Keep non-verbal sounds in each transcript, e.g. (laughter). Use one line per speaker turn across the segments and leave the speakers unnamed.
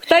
二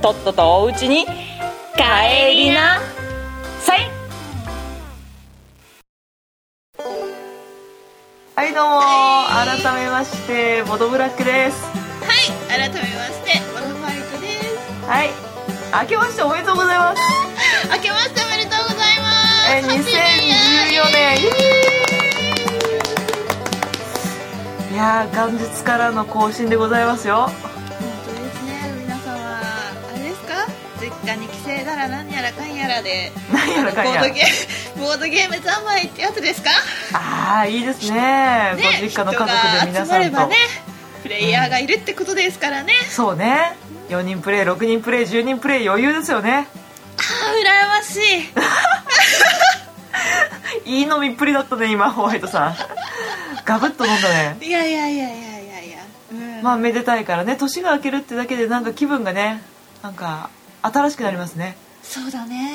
とっととおうちに帰りなさい
はいどうも改めましてボドブラックです
はい、改めまして、ボドファイトです。
はい明けましておめでとうございます
明けましておめでとうござい
えー
ます。
2014年イエーイいやー元日からの更新でございますよ
本当ですね、皆様、あれですか実家に帰省だら何やらかんやらで、
なんやらかんや
ボードゲーム、ボードゲーム三昧ってやつですか
ああいいですね
ね
ご実家の家族で皆
人が集ま
さ
れ
ん
ば
と、
ね、プレイヤーがいるってことですからね。
そうね4人プレイ6人プレイ10人プレイ余裕ですよね
ああ、羨ましい。
いい飲みっぷりだったね今ホワイトさんガブッと飲んだね
いやいやいやいやいやいや。うん
まあめでたいからね年が明けるってだけでなんか気分がねなんか新しくなりますね
そうだね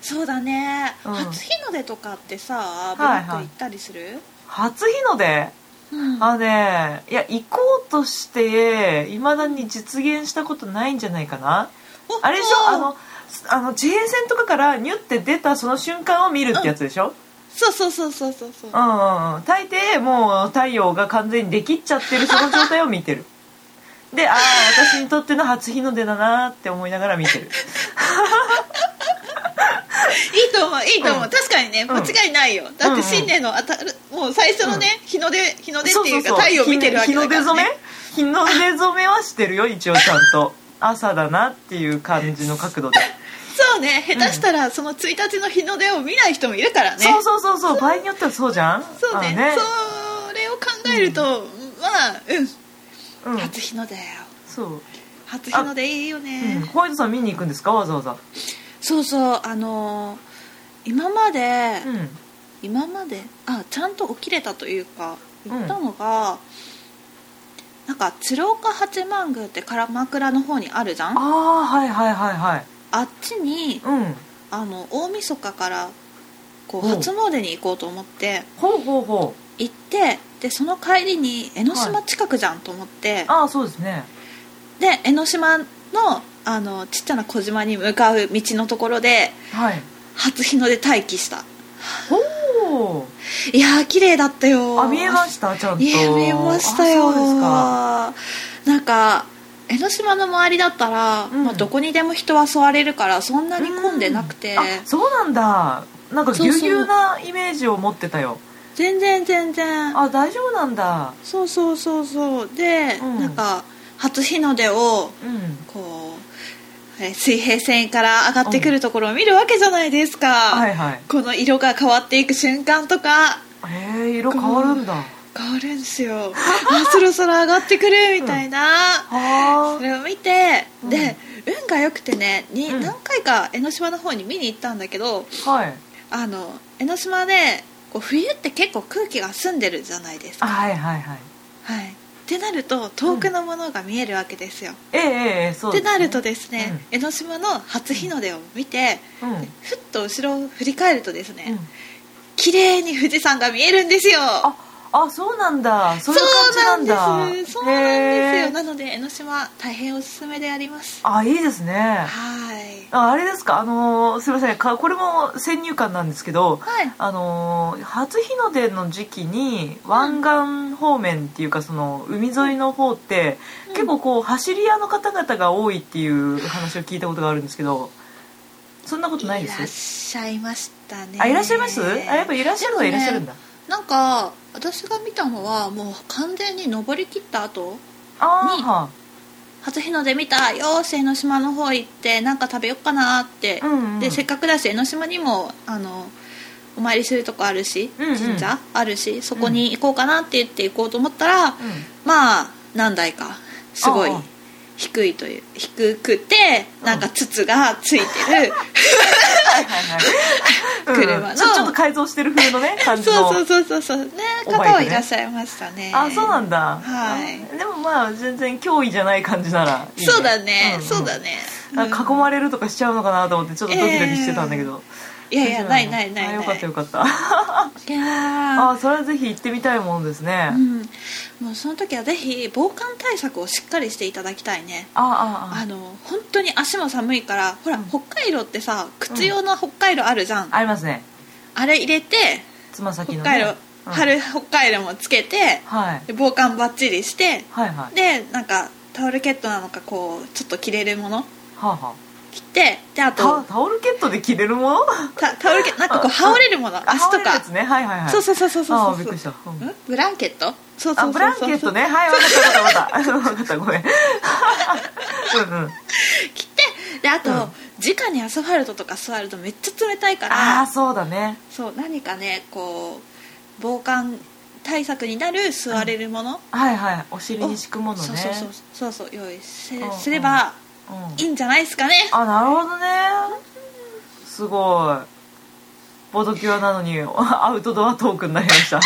そうだね、
うん
初日の出とかってさブ
は
ラ
い
ック
はい
行ったりする、
初日の出
うん
あのねいや行こうとしていまだに実現したことないんじゃないかな
おっと
あれでしょあのすあの自衛戦とかからニュって出たその瞬間を見るってやつでしょ、
そうそうそうそうそうそう
うん、うんうん大抵もう太陽が完全にできっちゃってるその状態を見てるでああ私にとっての初日の出だなって思いながら見てる
いいと思ういいと思う、
うん
確かにね
ん
間違いないよ、だって新年のあたるもう最初のね、日の出日の出っていうか太陽見てるわけだか
日の出
ら、
染め
ね、
日の出染めはしてるよ一応ちゃん
(laughs)
と朝だなっていう感じの角度で、
そうね下手したらその1日の日の出を見ない人もいるからね
そうそうそうそう場合によってはそうじゃん
そうね
あの
それを考えると、まあうん
うん
初日の出よ
そう、
初日の出いいよね、
うん、ホワイトさん見に行くんですかわざわざ
そうそうあのー今まで、
うん
今まであちゃんと起きれたというか言ったのが、なんか鶴岡八幡宮って鎌倉の方にあるじゃんあ
ああはいはいはいはい
っちに
うん
あの大晦日からこう
おう
初詣に行こうと思って
ほうほうほう
行ってでその帰りに江ノ島近くじゃんと思って、
ああそうですね
で江ノ島のあのちっちゃな小島に向かう道のところで
はい
初日の出待機した
ほ
いやー綺麗だった
う
よ
あ見えましたちゃんと
いや見えましたよ
あそうですか
なんか江ノ島の周りだったら、
うん
まあ、どこにでも人は座れるからそんなに混んでなくて、
あそうなんだなんかぎゅうぎゅうなイメージを持ってたよ
全然全然
あ大丈夫なんだ
そうそうそうそうで、
うん
なんか初日の出を
うん
こうえ水平線から上がってくるところを見るわけじゃないですか、
はいはい
この色が変わっていく瞬間とか
へえ色変わるんだ
変わるんです
(laughs)
よあそろそろ上がってくるみたいな、そ
はあ
れを見て、
うん
で運が良くてねに、
うん
何回か江ノ島の方に見に行ったんだけど
はい
あの江ノ島でこう冬って結構空気が澄んでるじゃないです
あ
か、
はいはいはい
はい、ってなると遠くのものが見えるわけですよ、
ええええそう
ってなると
で
ですね、江ノ島の初日の出を見て、
すね
ふっと後ろを振り返るとです
うん、う
ね
ん、
綺麗に富士山が見えるんですよ
ああそうなんだそういう感じ
そう
な
なんで
んだ
すそうなんです
へ
よ
え
なので江ノ島大変おすすめであります
あいいですね
はい
ああれですかあのーすいませんかこれも先入観なんですけど
はい
あのー初日の出の時期に湾岸方面っていうかその海沿いの方って、
うん
結構こう走り屋の方々が多いっていう話を聞いたことがあるんですけどそんなことないで
らっ
す
しゃいましたね
あいらっしゃいますあやっぱいらっしゃるのはいらっしゃるんだ、
なんか私が見たのはもう完全に登り切った後
ああは
初日の出見たよーし江ノ島の方行ってなんか食べよっかなーって、
うんうん
でせっかくだし江ノ島にもあのお参りするとこあるし、
うんうん
神社あるしそこに行こうかなって言って行こうと思ったら、
あ、うん
まあ何台かすごい
ああ
低いという低くてなんか筒がついてる、
はいはいはい、
車の
うんちょちょっと改造してる風のね感じの
そうそうそうそうそうね
おバイクね
方はいらっしゃいましたね
あそうなんだ、
はい
あでもまあ全然脅威じゃない感じならいい
そうだね、
んん
そうだね
なんか囲まれるとかしちゃうのかなと思ってちょっとドキドキしてたんだけど、
いやいやないないないない
あよかったよかった
いや
あそれはぜひ行ってみたいもんですね、
ーうんもうその時はぜひ防寒対策をしっかりしていただきたいね
あああ
あの本当に足も寒いからほら、
うん
北海道ってさ靴用の北海道あるじゃん、
ありますね
あれ入れて
つま先
北
の、ね、
海道、
うん
春北海道もつけて
はい
で防寒バッチリして
はいはい
でなんかタオルケットなのかこうちょっと着れるもの
はあ、は
着てであ
あ、タ
と
タオルケットで着れるもの
タタオルケットなんかこう羽織れるもの足と
羽織るや
か
つねはいはいはい
そうそうそうそう
あ
そ
あびっく
う
りし
そ
た、
う
うん
んブランケットそうそ
あ
うそうそう
ブランケットねはい分かった分かった分かった分かったご
(laughs)
めんうんうん
着てであと、
うん
直にアスファルトとか座るとめっちゃ冷たいか
あ
ら
あそうだね
そう何かねこう防寒対策になる座れるもの、
はいはいお尻に敷くものね
そうそうそうそうそう用意せ
うんうん
すれば
うん
いいんじゃないですかね
(laughs) あなるほどねすごいボドキュアなのに (laughs) アウトドアトークになりました (laughs) い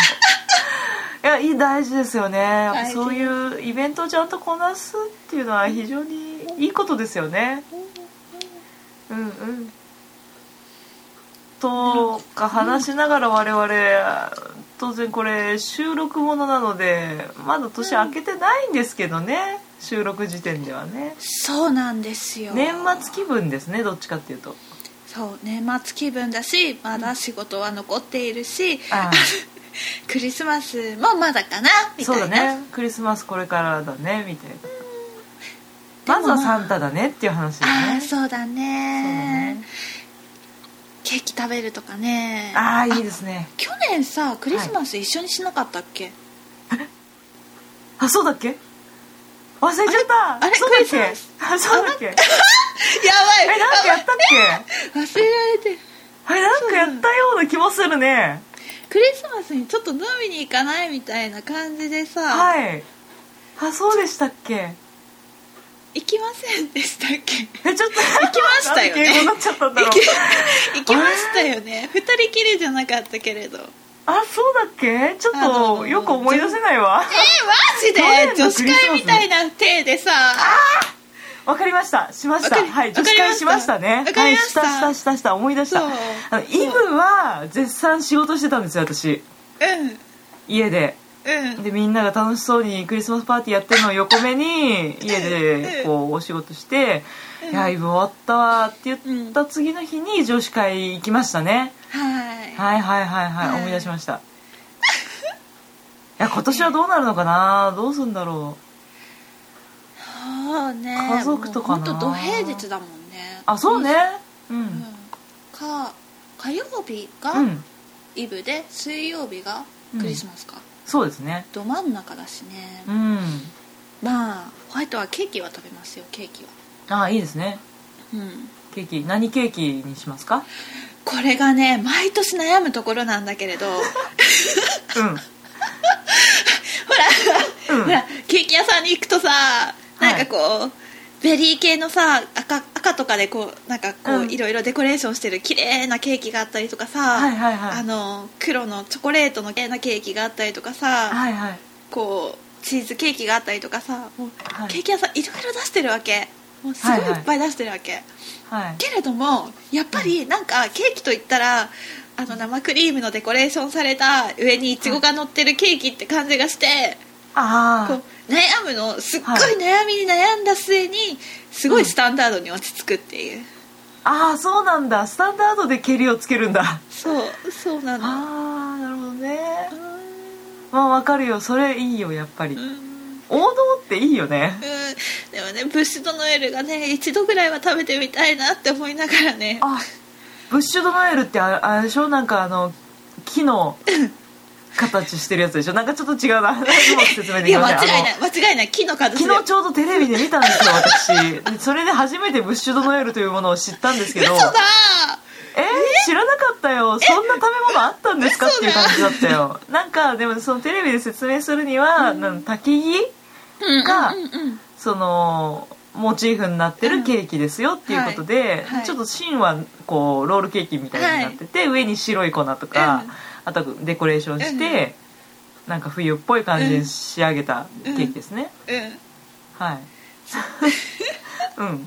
やいい大事ですよねやっぱ
大事
そういうイベントをちゃんとこなすっていうのは非常にいいことですよねうんうんとか話しながら我々当然これ収録ものなのでまだ年明けてないんですけどね収録時点ではね
そうなんですよ
年末気分ですねどっちかっていうと
そう年末気分だしまだ仕事は残っているし、
あ
クリスマスもまだかなみ
(laughs) そう
た
だ
いな、
ねクリスマスこれからだねみたいな
でも
まずはサンタだねっていう話だ
あ
ね
あそうだ
そうだ
ね
ね
ケーキ食べるとかね
ああいいですね
去年さクリスマス一緒にしなかったっけ、
あそうだっけ忘れちゃった
あれ
そうだっ
クリ
けあそうだっけえ
やばい
なんかやったっけ
忘れられて
あれなんかやったような気もするね
クリスマスにちょっと飲みに行かないみたいな感じでさ、
はいあそうでしたっけ
行きませんでしたっけ
えちょっと行
きましたよね
英語になっちゃったんだろう
行きましたよね二人きりじゃなかったけれどえー、マ
あそうだっけちょ
あ
っ
の
とよく思い出せないわ
ジ
去年の
で女子
クリスマ
会
ス
みたいな体でさ
わかりましたしまし
わ
た
かり
はい
わか
女
りました
子会しましたね
わかりました
はい、したしたしたした思い出した
そう
あのイブは絶賛仕事してたんですよ私
うん
家で
うん
でみんなが楽しそうにクリスマスパーティーやってるのを横目に家でこうお仕事して「いやイブ終わったわ」って言った次の日に女子会行きましたね
はい、
はいはいはい
は
はいい思い出しましたいや今年はどうなるのかなどうすんだろう
そうね
家族とかな
もうほんと土平日だもんね
あそうねう
うん
ん
か火曜日
う
が
ん
イブで、水曜日がクリスマスか、
そうですね
ど真ん中だしね、
うん
まあホワイトはケーキは食べますよケーキは
あいいですね
うん
ケーキ何ケーキにしますか
これがね毎年悩むところなんだけれ
(laughs)
どほ
う
ら、
んうん
ほらケーキ屋さんに行くとさなんかこう、ベリー系のさ赤赤とかでこうなんかこう、
うん
いろいろデコレーションしてる綺麗なケーキがあったりとかさ、
はいはいはい
あの黒のチョコレートの綺麗なケーキがあったりとかさ、
はいはい
こうチーズケーキがあったりとかさもう、
はい
ケーキ屋さんいろいろ出してるわけもうすごい
はいはい
いっぱい出してるわけ、
はい
けれどもやっぱりなんかケーキといったらあの生クリームのデコレーションされた上にイチゴが乗ってるケーキって感じがして
あ
こ
あ
う悩むのすっごい
はい
悩みに悩んだ末にすごいスタンダードに落ち着くっていう、
ああそうなんだスタンダードで蹴りをつけるんだあ
そうそうなの
あなるほどね
うーん
まあわかるよそれいいよやっぱり
うーん
王道っていいよね
うーんでもねブッシュドノエルがね一度ぐらいは食べてみたいなって思いながらね
あブッシュドノエルってああれでしょなんかあの木の形してるやつでしょなんかちょっと違うなうまく説明で
い
き
や
ま
間
せん
違い
あの
ない間違いない木の形で
昨日ちょうどテレビで見たんですよ私でそれで初めてブッシュドノエルというものを知ったんですけど
嘘だー
えー知らなかったよそんな食べ物あったんですかっていう感じだったよなんかでもそのテレビで説明するには、なん、焚き木
うん
が
うんうんうん
そのモチーフになってるケーキですよっていうことで、
はいはい
ちょっと芯はこうロールケーキみたいになってて、上に白い粉とか、
うん
あとデコレーションして、なんか冬っぽい感じに仕上げたケーキですね、
うん
はいうん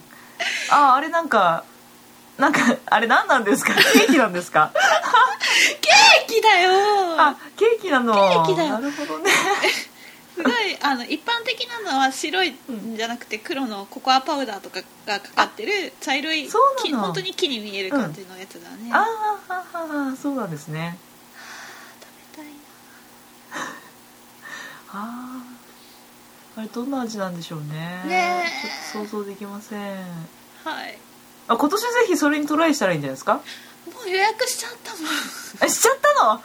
ああれなんかなんかあれ何なんですかケーキなんですか
ケーキだよ
あケーキなのケ
ーキだよ
なるほどね
すごいあの一般的なのは白いんじゃなくて黒のココアパウダーとかがかかってる茶色い
そうなの
木本当に木に見える感じのやつだね、
あーはははそうなんですね
食べたいな
あーあれどんな味なんでしょうね
ねえ
ちょっと想像できません
はい
あ今年ぜひそれにトライしたらいいんじゃないですか
もう予約しちゃったもん
えしちゃったのあ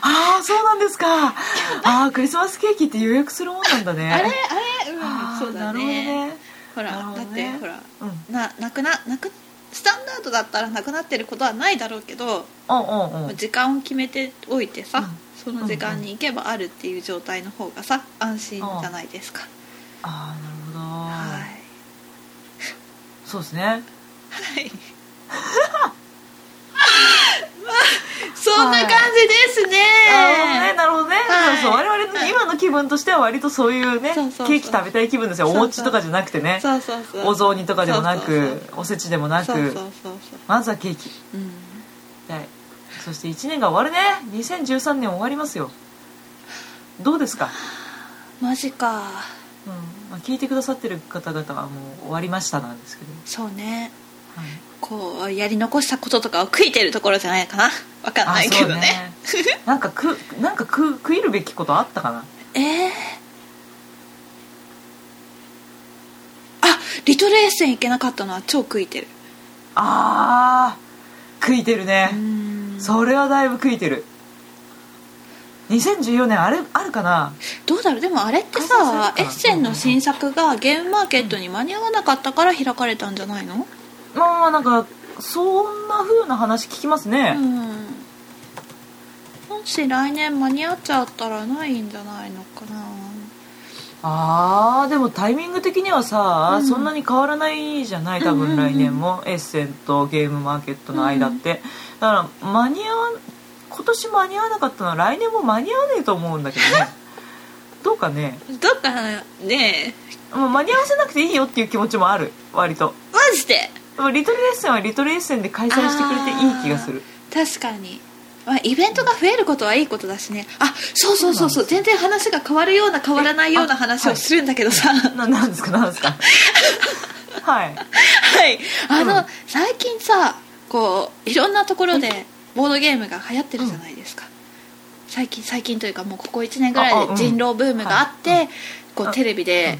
あーそうなんですかああークリスマスケーキって予約するもんなんだね
あれあれう
あ
ん
ー
そうだ
なるほど
ね
ね
ほら
なる
だ
ほ
って
どね
ほら
うん
ななくななくスタンダードだったらなくなってることはないだろうけど、
うんうんうん
時間を決めておいてさ、
うん
その時間に行けばあるっていう状態の方がさ安心じゃないですか、
ああなるほど、
はい
そうですね
はい
(laughs)
そんな感じですね
あーなるほどね、
はい
そうそう我々の今の気分としては割とそういうね、
そうそうそう
ケーキ食べたい気分ですよお餅とかじゃなくてね
そうそうそう
お雑煮とかでもなく
そうそう
おせちでもなく
そうそうそうそう
まずはケーキ
うん
はいそして1年が終わるね2013年終わりますよどうですか、
マジか
うんまあ、聞いてくださってる方々はもう終わりましたなんですけど、
そうね
はい、
こうやり残したこととかを悔いてるところじゃないかなわかんないけどね
そ
(laughs)
うねなんかくなんかく食いるべきことあったかな
えー、あリトルエッセン行けなかったのは超悔いてる
あー食いてるね、
うん
それはだいぶ食いてる2014年あれあるかな
どうだろうでもあれって
あそう
さ
か
エッセンの新作がゲームマーケットに間に合わなかったから開かれたんじゃないの
まあなんかそんな風な話聞きます
う
ね、
んもし来年間に合っちゃったらないんじゃないのかな
あーでもタイミング的にはさ、
うん
そんなに変わらないじゃない多
うんう
分
んうん
来年も、エッセンとゲームマーケットの間って、だから間に合わん今年間に合わなかったのは来年も間に合わねえと思うんだけ
(laughs)
どねどうかね
どっかね
もう間に合わせなくていいよっていう気持ちもある割と
マジで
でもリトルエッセンはリトルエッセンで開催してくれていい気がする
確かに、まあ、イベントが増えることはいいことだしねあそうそうそうそう全然話が変わるような変わらないような話をするんだけどさ
(laughs) ななんですかなん
(laughs)
ですかはい
はい、あの、
うん
最近さこういろんなところでボードゲームが流行ってるじゃないですか、最近最近というかもうここ1年ぐら
ああ
い
うん
で人狼ブームがあって、
は
こ
あ
うテレビで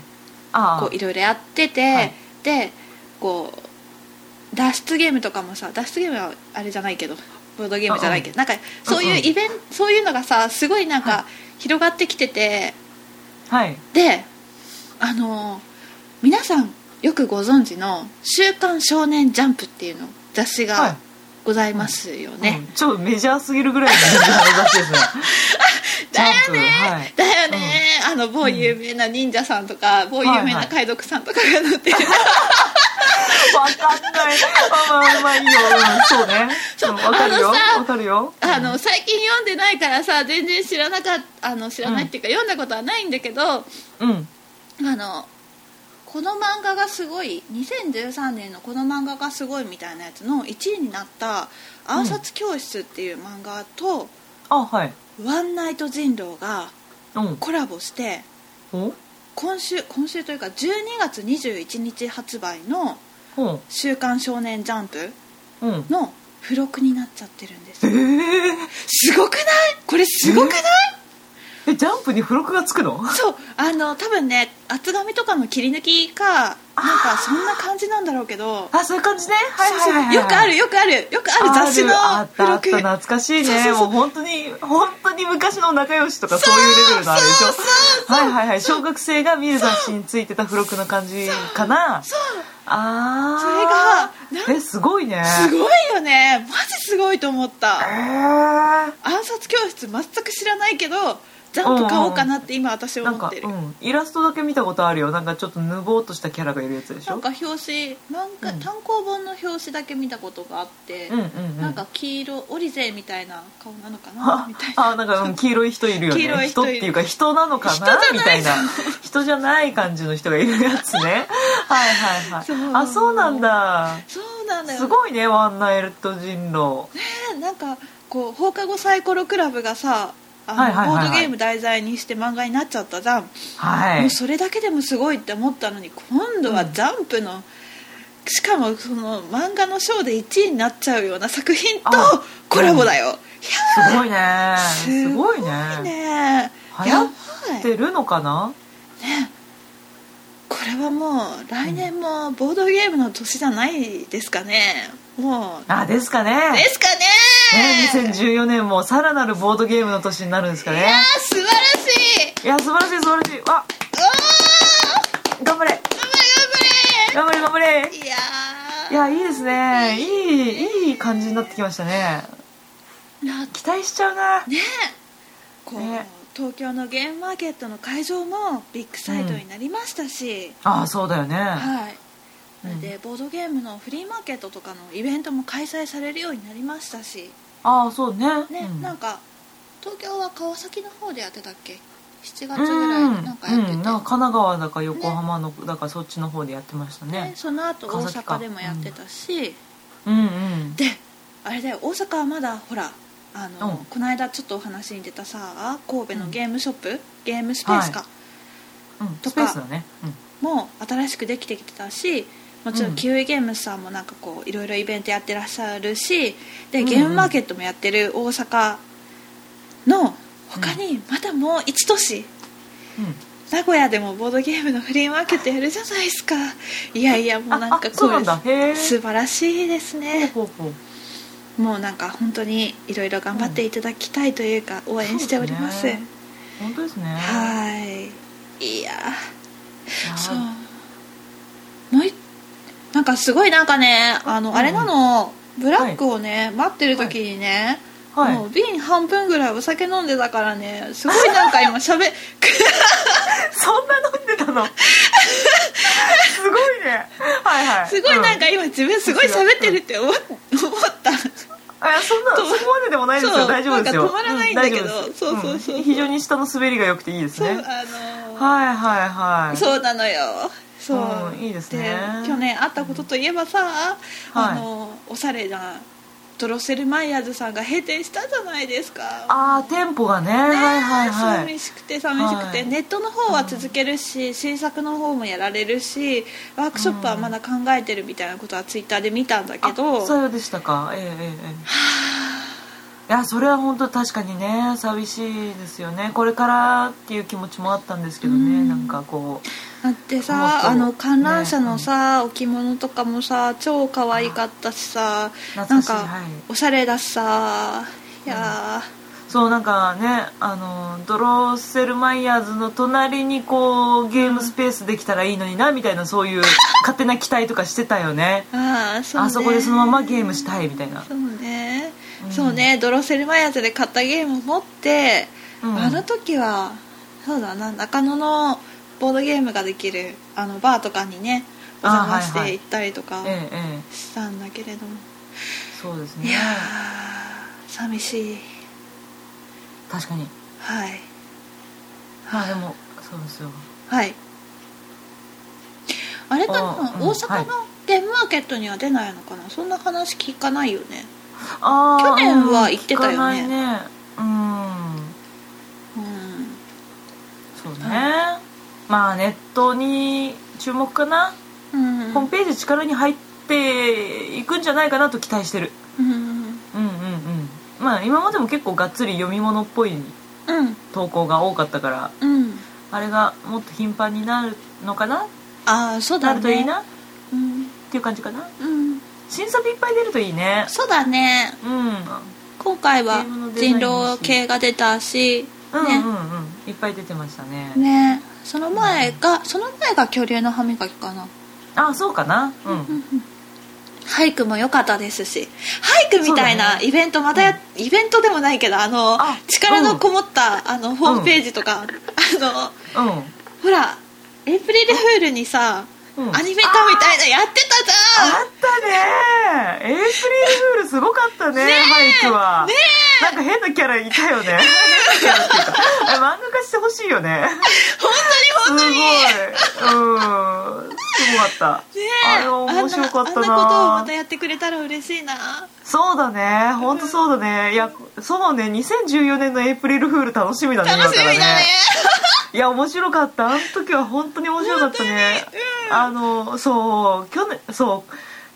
あ
こういろいろやってて、
はい
でこう脱出ゲームとかもさ脱出ゲームはあれじゃないけどボードゲームじゃないけどなんかそういうイベント、そういうのがさすごいなん
は
か広がってきてて
あはい
であのー皆さんよくご存知の「週刊少年ジャンプ」っていうの雑誌
はい
がございますよね、
うん、超メジャーすぎるぐらいのメジャーな雑誌ですね
(laughs) だよね
ジャンプはい
だよね、あの某有名な忍者さんとか、某有名な海賊さんとかが載ってる、
わかんない。まあまあまあいいよ。うん、そうね。
そう
うんわかるよ。
あのさ
わかるよ。
あの最近読んでないからさ全然知らなかっあの知らないっていうか、読んだことはないんだけど
うん。
あのこの漫画がすごい2013年のこの漫画がすごいみたいなやつの1位になった「暗殺教室」っていう漫画と
あ、はい。
「ワンナイト人狼」が
うん。
コラボして
ほ
今週今週というか12月21日発売の
ほ
「週刊少年ジャンプ
う。うん」。
の付録になっちゃってるんです
えー、
すごくないこれすごくない
え、ジャンプに付録がつくの
そうあの多分ね厚紙とかの切り抜きかなんかそんな感じなんだろうけど
あ、そういう感じね。はいはいはい、はい。
そうそうよくあるよくあるよくある雑誌の
あるあった
付
あっ
録
た懐かしいね
そうそうそう
もう本当に本当に昔の仲良しとかそういうレベルのあれでしょ
そうそうそう
はいはいはい小学生が見る雑誌についてた付録の感じかな
そう
ああ
それが
えすごいね
すごいよねマジすごいと思っ
え
た
ー
暗殺教室全く知らないけどジャンプ買おうかなって今私
な
思
んか
って、る
うん、イラストだけ見たことあるよなんかちょっとぬぼーっとしたキャラがいるやつでし
な
ょ
んか表紙なんか
うん
単行本の表紙だけ見たことがあって、
うんうんうん
なんか黄色オリゼみたいな顔なのかなみたいな
(laughs) あなんかうん黄色い人いるよね
黄色い人いる
っていうか人なのかなみたいな人じゃない感じの人がいるやつ
(laughs)
ねはいはいはい
そう
あそうなんだ
そうなんだよ
すごいねワンナイト人狼
ねなんかこう放課後サイコロクラブがさあの
はいはいはいはい
ボードゲーム題材にして漫画になっちゃったじゃん、
は
も
いう
それだけでもすごいって思ったのに今度はジャンプの、しかもその漫画の賞で1位になっちゃうような作品と
あ
コラボだよ、
すごいねすごいね
いやね
流
や
行
ば
っ
い
てるのかな
これはもう来年もボードゲームの年じゃないですかねもう
あですか
で
ね
すかね
ね2014年もさらなるボードゲームの年になるんですか
いや
ね
ー素晴らしい
いや素晴らしい素晴らしいわ
おー
頑張れ
頑張れ
頑張れ頑張れ
頑張れいや
いやいいですねいいいい感じになってきましたね
ーいや
期待しちゃうな
ねこう
ね
東京のゲームマーケットの会場もビッグサイトになりましたし、
ああそうだよね
はいそ
うん
れでボードゲームのフリーマーケットとかのイベントも開催されるようになりましたし
ああそうね
ね、
うん
なんか東京は川崎の方でやってたっけ7月ぐら
う
い
ん
になんかやってて、
うんなんか神奈川だか横浜のだかそっちの方でやってました
で
ね
その後大
川崎か
阪でもやってたし、
うんうん
であれだよ大阪はまだほらあの、
うん
この間ちょっとお話に出たさ神戸のゲームショップ、ゲームスペースか、
うん
とか
スペースだねうん
も新しくできてきてたしもちろ
うんん
キウイゲームズさんもなんかこういろいろイベントやってらっしゃるしで
うん
ゲームマーケットもやってる大阪の他にまだもう1都市、
うん
名古屋でもボードゲームのフリーマーケットやるじゃないですかいやいやもうなん
あ
か
あそうなんだへえ
素晴らしいですね
ほうほう
もうなんか本当にいろいろ頑張っていただきたいというか、応援しております
そうですね本当ですね
はいいや
いや
そうもういなんかすごいなんかねあの、
うん
あれなのブラックをね、待ってる時にね、
はい
もう瓶半分ぐらいお酒飲んでたからねすごいなんか今しゃ
(laughs)
べ
そんな飲んでたのすごいねはいは
(laughs)
い
すごいなん
う
か今自分すごい喋ってるって思っ思った
あそんなそ
止ま
こまででもないです
そ
よ
う
大丈夫ですよ
なんか止まらないんだけど
う大丈夫です
そうそうそう
うん非常に下の滑りが良くていいです
そう
ね
あの
はい
ー
はいはい
そうなのよそう、
うんいいですね
去年会ったことといえばさ、あのおしゃれなドロッセルマイヤーズさんが閉店したじゃないですか
ああ店舗がねはいはいはい
寂しくて寂しくて、
はい
ネットの方は続けるし、新作の方もやられるしワークショップはまだ考えてるみたいなことはツイッターで見たんだけど、
あさようでしたかええええええいやそれは本当確かにね寂しいですよねこれからっていう気持ちもあったんですけどねなんかこ
だって
本
さ
当
あの観覧車のさ、置物とかもさ超可愛かったしさな
懐
ん
かしい
か、
はい
おしゃれだしさいや
うそうなんかねあのドロッセルマイヤーズの隣にこうゲームスペースできたらいいのになみたいなそういう勝手な期待とかしてたよね
ー、ああそうね
あそこでそのままゲームしたいみたいな
そうね、
うん
そうねドロセルマイヤーズで買ったゲームを持って、
うん
あの時はそうだな中野のボードゲームができるあのバーとかにねお
あー
邪魔し
はいは
て
い
行ったりとか
えええ
したんだけれども、
えそうです
い
ね
やー寂しい
確かに
はい
まあでもそうですよ
はいあれかな
あーうん
大阪のゲームマーケットには出ないのかな、そんな話聞かないよね
あー
去年は行ってたよね
うん聞かないねう
う
ん
ん
そうね、まあネットに注目かな、
うん
ホームページ力に入っていくんじゃないかなと期待してる
うん
うんうんうんまあ今までも結構がっつり読み物っぽい
うん
投稿が多かったから
うん
あれがもっと頻繁になるのかな、
ああそうだね
なるといいなっ
うん、
ていう感じかな
うん、
新作いっぱい出るといいね
そうだね
うんうん
今回は
ゲームのデザイン
人
も
狼系が出たし
うんうん、
ね
いっぱい出てましたね
ねその前がその前が恐竜の歯磨きかな
あそうかなうん、
うんうん俳句も良かったですし俳句みたい
そう
な
だ
イベントまたや、イベントでもないけどあの
あ
力のこもった、あのホームページとか、あの
う
ほらエイプリルフールにさ、
ん、うん、
アニメ化みたいなやってたじゃん
あったねエイプリルフールすごかったね俳句はねなんか変なキャラいたよね変なキャラっていうかあれ漫画化してほしいよね
本当に本当に
すごいうんすごかった
ね
あれは面白かった
あんなあんなこ
な
とをまたやってくれたら嬉しいな
そうだね本当そうだねいやそうね2014年のエイプリルフール楽しみだね
楽しみだね
今からいや面白かったあの時は本当に面白かったね、あのそう去年そ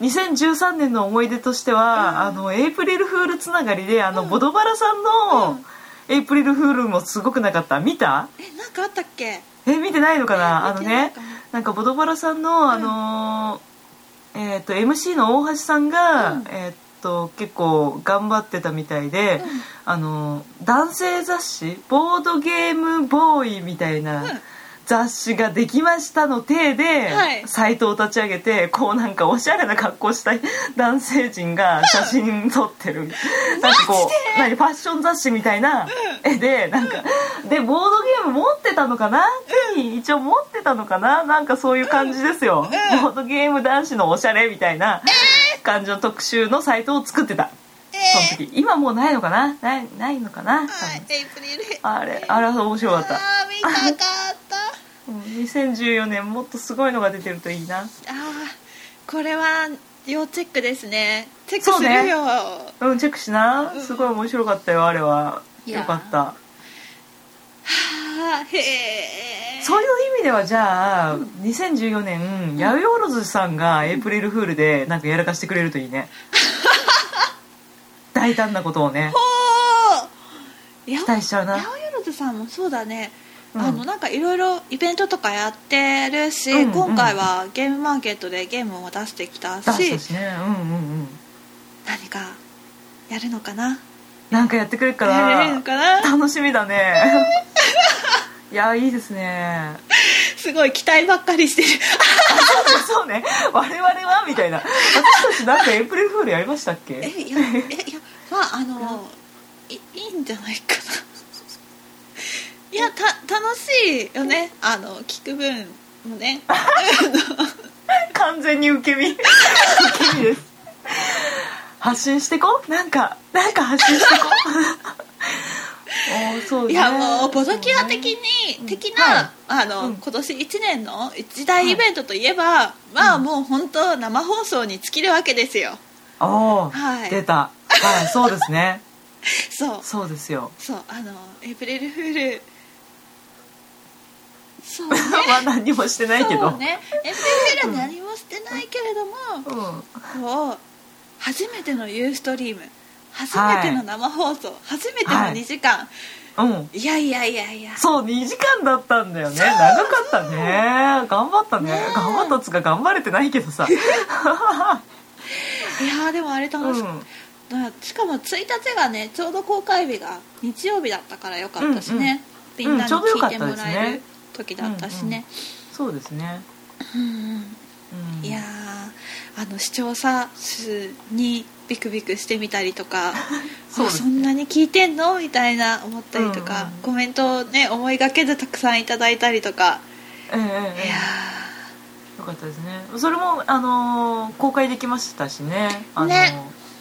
う2013年の思い出としては、あのエイプリルフールつながりであの、ボドバラさんの、エイプリルフールもすごくなかった見た
えなんかあったっけ
え見てないのかな、あの
見てない
ね
かな
なんかボドバラさんの、あのーえっ、と MC の大橋さんが、
うん
えっ、と結構頑張ってたみたいで、あのー男性雑誌ボードゲームボーイみたいな。
うん
雑誌ができましたの体で、
はい
サイトを立ち上げてこうなんかおしゃれな格好した男性陣が写真撮って (laughs) る、なんかこう何ファッション雑誌みたいな絵でなんか、でボードゲーム持ってたのかな、一応持ってたのかななんかそういう感じですよ、ボードゲーム男子のおしゃれみたいな感じの特集のサイトを作ってた、その時今もうないのかなないないのかな、多分
はいエイプリル
あれあれは面白かった
あー見たかった
うん2014年もっとすごいのが出てるといいな
あーこれは要チェックですねチェック
そう
する
ね
よ、
うんチェックしなすごい面白かったよあれはい
や
よかった
あーへえ
そういう意味ではじゃあ2014年八百万さんがエイプリルフールでなんかやらかしてくれるといいね大胆なことをね
おーや
期待しちゃうな
八百万さんもそうだね、
うん
あのなんかいろいろイベントとかやってるし、
うんうん
今回はゲームマーケットでゲームも出してきたし
出したしねうんうんうん
何かやるのかな
なんかやってくれるか
やれる
ら
のかな
楽しみだねいやいいですね (laughs)
すごい期待ばっかりしてる
そうね我々はみたいな私たちなんかエイプリルフールやりましたっけ
えいやえいやまああのいいいんじゃないかないやた楽しいよねあの聞く分もね
完全に受け身受け身です発信してこなんかなんか発信してこおーそう
(laughs) い
ね
やもうボドキュア的
そう
に
ね
的
はい
なあの、
うん
今年1年の一大イベントといえば、まあもう本当生放送に尽きるわけですよ
おー、
はい
出たはいそうですね
そう
そうですよ
そうあのエイプリルフールそうね
(laughs) まあ何もしてないけど
そうねエイプリルフールは何もしてないけれども、
うん、
こう初めてのユーストリーム初めての生放送、初めての2時間、
うん、
い、やいやいやいや
そう2時間だったんだよね長かったね頑張ったね
ねえ
頑張ったっつうか頑張れてないけ
(laughs)
どさ、
いやーでもあれ
う
楽
ん、
し
う
かっ
ん
た、しかも1日がねちょうど公開日が日曜日だったからよかったしね、
んうん
みんなに
うんちょうどよか
聞
っ
い
た
て
ですね
もらえる時だったしね、
そうですね、
うんうん
うん、
いやーあの視聴者数にビクビクしてみたりとか
(laughs) そう
あ
です
そ
ね
んなに聞いてんのみたいな思ったりとか、
うんうん
コメントをね思いがけずたくさんいただいたりとか、
ええええ
いや
よかったですねそれも、あのー公開できましたしねあのー
ね
はい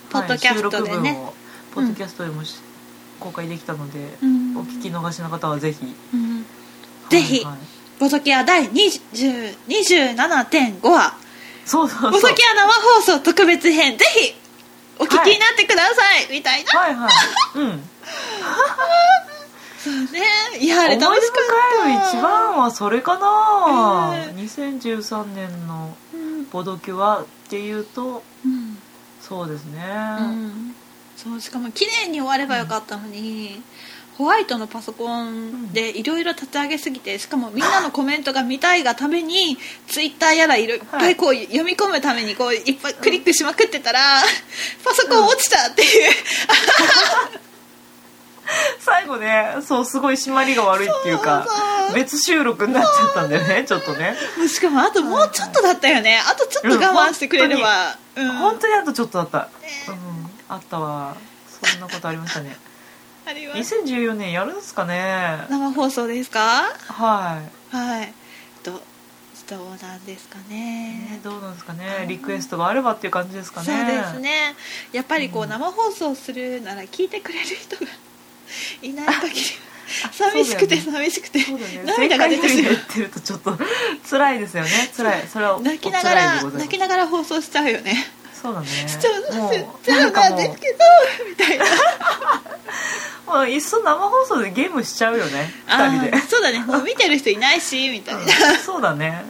ポッドキャストでね
収録分をポッドキャストでもし、公開できたので、
ーうん
お聞き逃しの方はぜひ、
うんぜひ
はいはい
ボトキア第20 27.5話
そうそう
ボ
そ
ト
う
キア生放送特別編ぜひお聞きになってください、みたいな
はいはいうん
そうねい (laughs) やあれ
思
楽
い出
しかった
深い一番はそれかな、
ええ
2013年の
うん
「ボドキュア」っていうと
うん
そうですね、
うんそうしかも綺麗に終わればよかったのに、ホワイトのパソコンでいろいろ立ち上げすぎてしかもみんなのコメントが見たいがためにツイッターやらいろいっぱいこう読み込むためにこういっぱいクリックしまくってたら、パソコン落ちたっていう、
最後ねそうすごい締まりが悪いっていうか
そうそう
別収録になっちゃったんだよねちょっとね
もうしかもあともうちょっとだったよねあとちょっと我慢してくれればうん
本当にあとちょっとだった、う
ね
ん、あったわそんなことありましたね
あります
2014年やるんですかね
生放送ですか
はい
はいどどうなんですかね
ね、どうなんですかねリクエストがあればっていう感じですかね
そうですねやっぱりこ
う
うん生放送するなら聞いてくれる人がいない限り寂しくて
そう
寂しくて
そうだよね
涙が出て
正
し
解
ま
の人やってるとちょっと (laughs) 辛いですよね辛いそれは
う
お
泣きながら
お辛いでございます
泣きながら放送しちゃうよね
そうだね
しちゃう
も
し
う
ちゃ
な
うん
か
なん
も
です
う
けどみたいな
もういっそ生放送でゲームしちゃうよね2人
あ
で
ーそうだねもう見てる人いないしみたいな
うんそうだね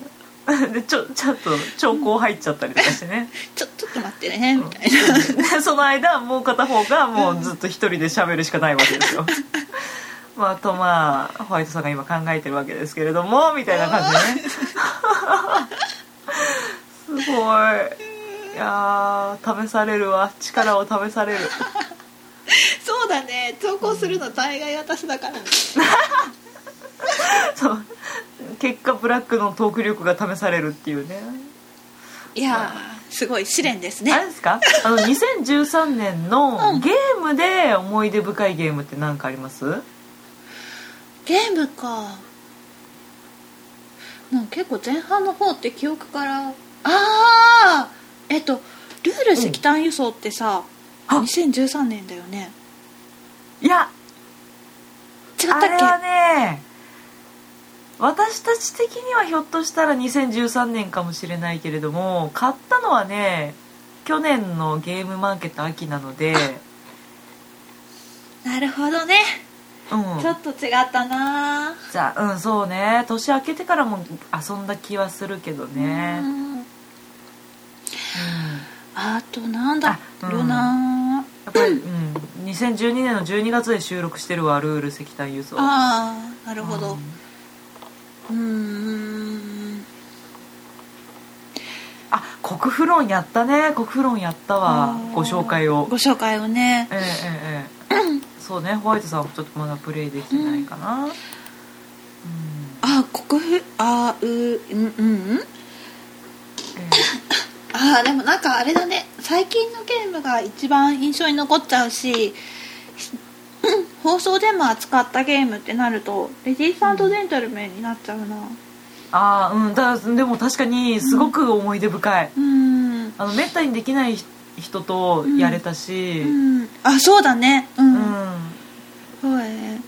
(laughs) でちょちょっと兆候入っちゃったりとかしてね
ちょちょっと待ってねみたい
で (laughs) その間もう片方がもうずっと一人で喋るしかないわけで
(laughs)
すよまああとまあホワイトさんが今考えてるわけですけれどもみたいな感じでね (laughs) すごいいやー試されるわ力を試される
なそうだね投稿するの大概私だからね
そう結果ブラックのトーク力が試されるっていうね
いやーすごい試練です
あれ
ね
ですかあの2013年
うん
のゲームで思い出深いゲームって何かあります
ゲームかなんか結構前半の方って記憶からああーえっと「ルール石炭輸送」ってさ、
うんあ
2013年だよね
いや
違ったっ
あ
け
れはね私たち的にはひょっとしたら2013年かもしれないけれども買ったのはね去年のゲームマーケット秋なので、
なるほどね、
うん
ちょっと違ったな
じゃあうんそうね年明けてからも遊んだ気はするけどね
う
うん
んあとなんだ
あ
ろうな
やっぱり、うん、2012年の12月で収録してるわルール石炭輸送
ああなるほど
うん
うーん
あ国フロンやったね国フロンやったわ
あー
ご紹介を
ご紹介をね
ええええええそうねホワイトさんはちょっとまだプレイできてないかな、うん
あ国府あううんうん
え
あーでもなんかあれだね最近のゲームが一番印象に残っちゃうしうん放送でも扱ったゲームってなるとレディースジェントルメンになっちゃうな
えああうんだでも確かにすごく思い出深い、
うんうん
あのめったにできない人とやれたしうん、
あそうだねう、
うんん
そうだね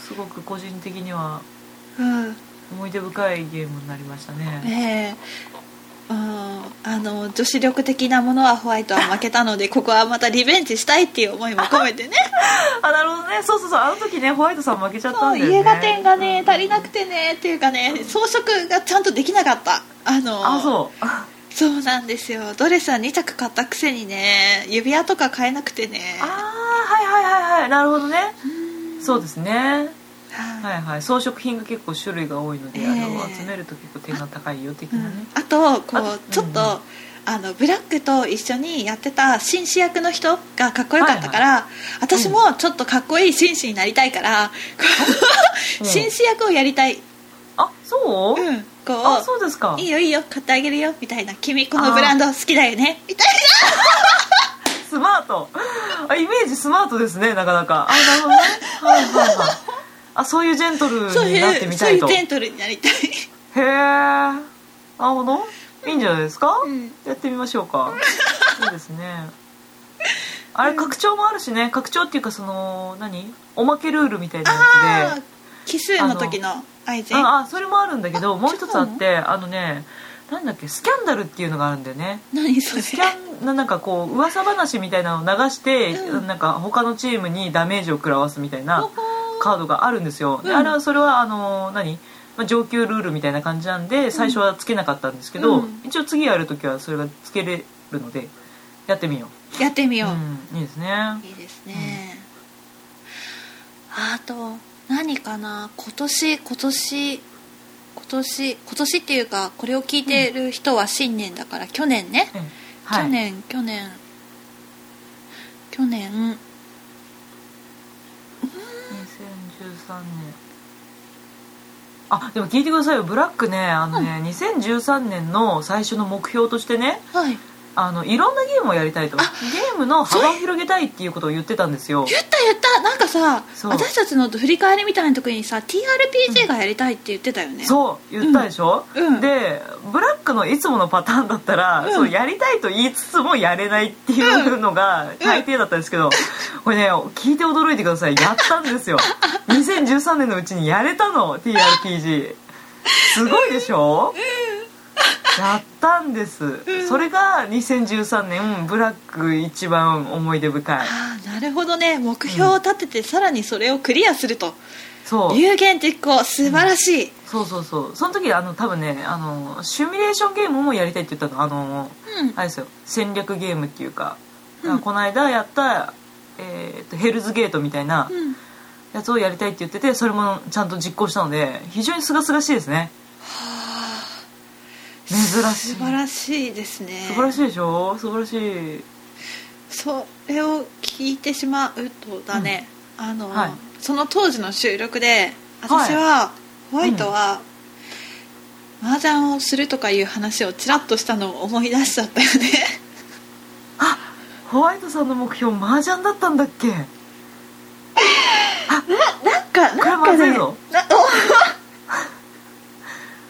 すごく個人的には
うん
思い出深いゲームになりましたね
ええうんあの女子力的なものはホワイトは負けたのでここはまたリベンジしたいっていう思いも込めてね
あなるほどねそうそうそうあの時ねホワイトさん負けちゃったんだよね
家が点がね足りな
て
くてねっていうかね装飾がちゃんとできなかったあの
あそう
そうなんですよドレスは2着買ったくせにね指輪とか買えなくてね
ああはいはいはいはいなるほどねそうですね
はい
はいはい装飾品が結構種類が多いので、
ええ
あの集めると結構点が高いよ的
う
なね、
んあとこ
あ
うちょっと
うん
あのブラックと一緒にやってた紳士役の人がかっこよかったから、私もちょっとかっこいい紳士になりたいから、こう
うん
紳士役をやりたい、
あそう、
うん、こ
あ
う
そうですか
いいよいいよ買ってあげるよみたいな君このブランド好きだよねみたいな
スマートあイメージスマートですねなかなかあなるほどねはいはいはいあそういうジェントル
そう
になって
いう
み
そう
た
い
いうと
ジェントルになりたい
へえなるほどいいんじゃないですか、
ん
やってみましょう
(laughs)
かいいですねあれ拡張もあるしね拡張っていうかその何おまけルールみたいなやつ
(laughs) あ
で
あ奇数の時の愛人
ああそれもあるんだけどもう一つあ
違う
ってあのねなんだっけスキャンダルっていうのがあるんだよね
何それ
スキャンななんかこう噂話みたいなのを流して、
うん
なんか他のチームにダメージを食らわすみたい
ほ
な
ほ
カードがあるんですよ、で
うん
あれはそれはあの何まあ上級ルールみたいな感じなんで最初はつけなかったんですけ
う
ど、
ん
一応次やるときはそれがつけれるのでやってみよ
やってみ
う、
よう、
うん、いいですね
いいですね、あと何かな今年今年今年今年っていうかこれを聞いてる人は新年だから、去年ね、
うんはい
去年去年去年
2013年あでも聞いてくださいよブラックねあのね、2013年の最初の目標としてね
はい
あのいろんなゲームをやりたいとゲームの幅を広げたいっていうことを言ってたんですよ
言った言ったなんかさ
そう
私たちの振り返りみたいな時にさ TRPG がやりたいって言ってたよね、
そう言ったでしょ、
うんうん
でブラックのいつものパターンだったら、
うん
そうやりたいと言いつつもやれないっていうのが大抵だったんですけど、これね聞いて驚いてくださいやったんで
(laughs)
すよ2013年のうちにやれたの TRPG すごいでしょ、やったんです、それが2013年ブラック一番思い出深い
ああなるほどね目標を立ててさらにそれをクリアすると、
そう
有言実行素晴らしい、
そうそうそうその時あの多分ねあのシミュレーションゲームもやりたいって言ったのあの
うん
あれですよ戦略ゲームっていうか、この間やった、えーとヘルズゲートみたいな
うん
やつをやりたいって言っててそれもちゃんと実行したので非常にすがすがしいですね珍しい
素晴らしいですね
素晴らしいでしょ素晴らしい
それを聞いてしまうとだね、あの、
はい
その当時の収録で私はホワイトは、麻雀をするとかいう話をちらっとしたのを思い出しちゃったよね
ホワイトさんの目標麻雀だったんだっけ
なんか
これ
なん
ま
か
ずい
ね
ぞ
な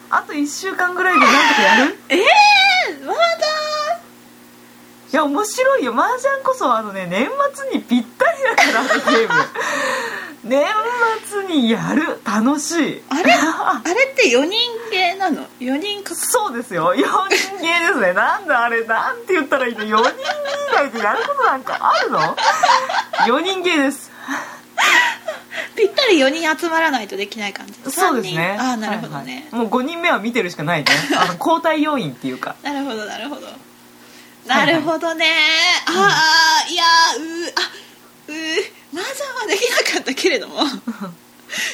あと1週間ぐらいでなんと
(laughs)
かやる
ええー、まだ
いや面白いよ麻雀こそあのね年末にぴったりだからあのゲーム
(laughs)
年末にやる楽しい (laughs)
あれあれって4人芸なの4人か
そうですよ4人芸ですねなんだあれなんて言ったらいいの4人以内でやることなんかあるの4人芸です
ぴったり4人集まらないとできない感じ
そうで
三
すね
人ああなるほどね、
はいはいもう5人目は見てるしかないねあの交代要員っていうか
なるほどなるほど
は
ない
はい
るほどね、ああいやーうーあうー麻雀はできなかったけれども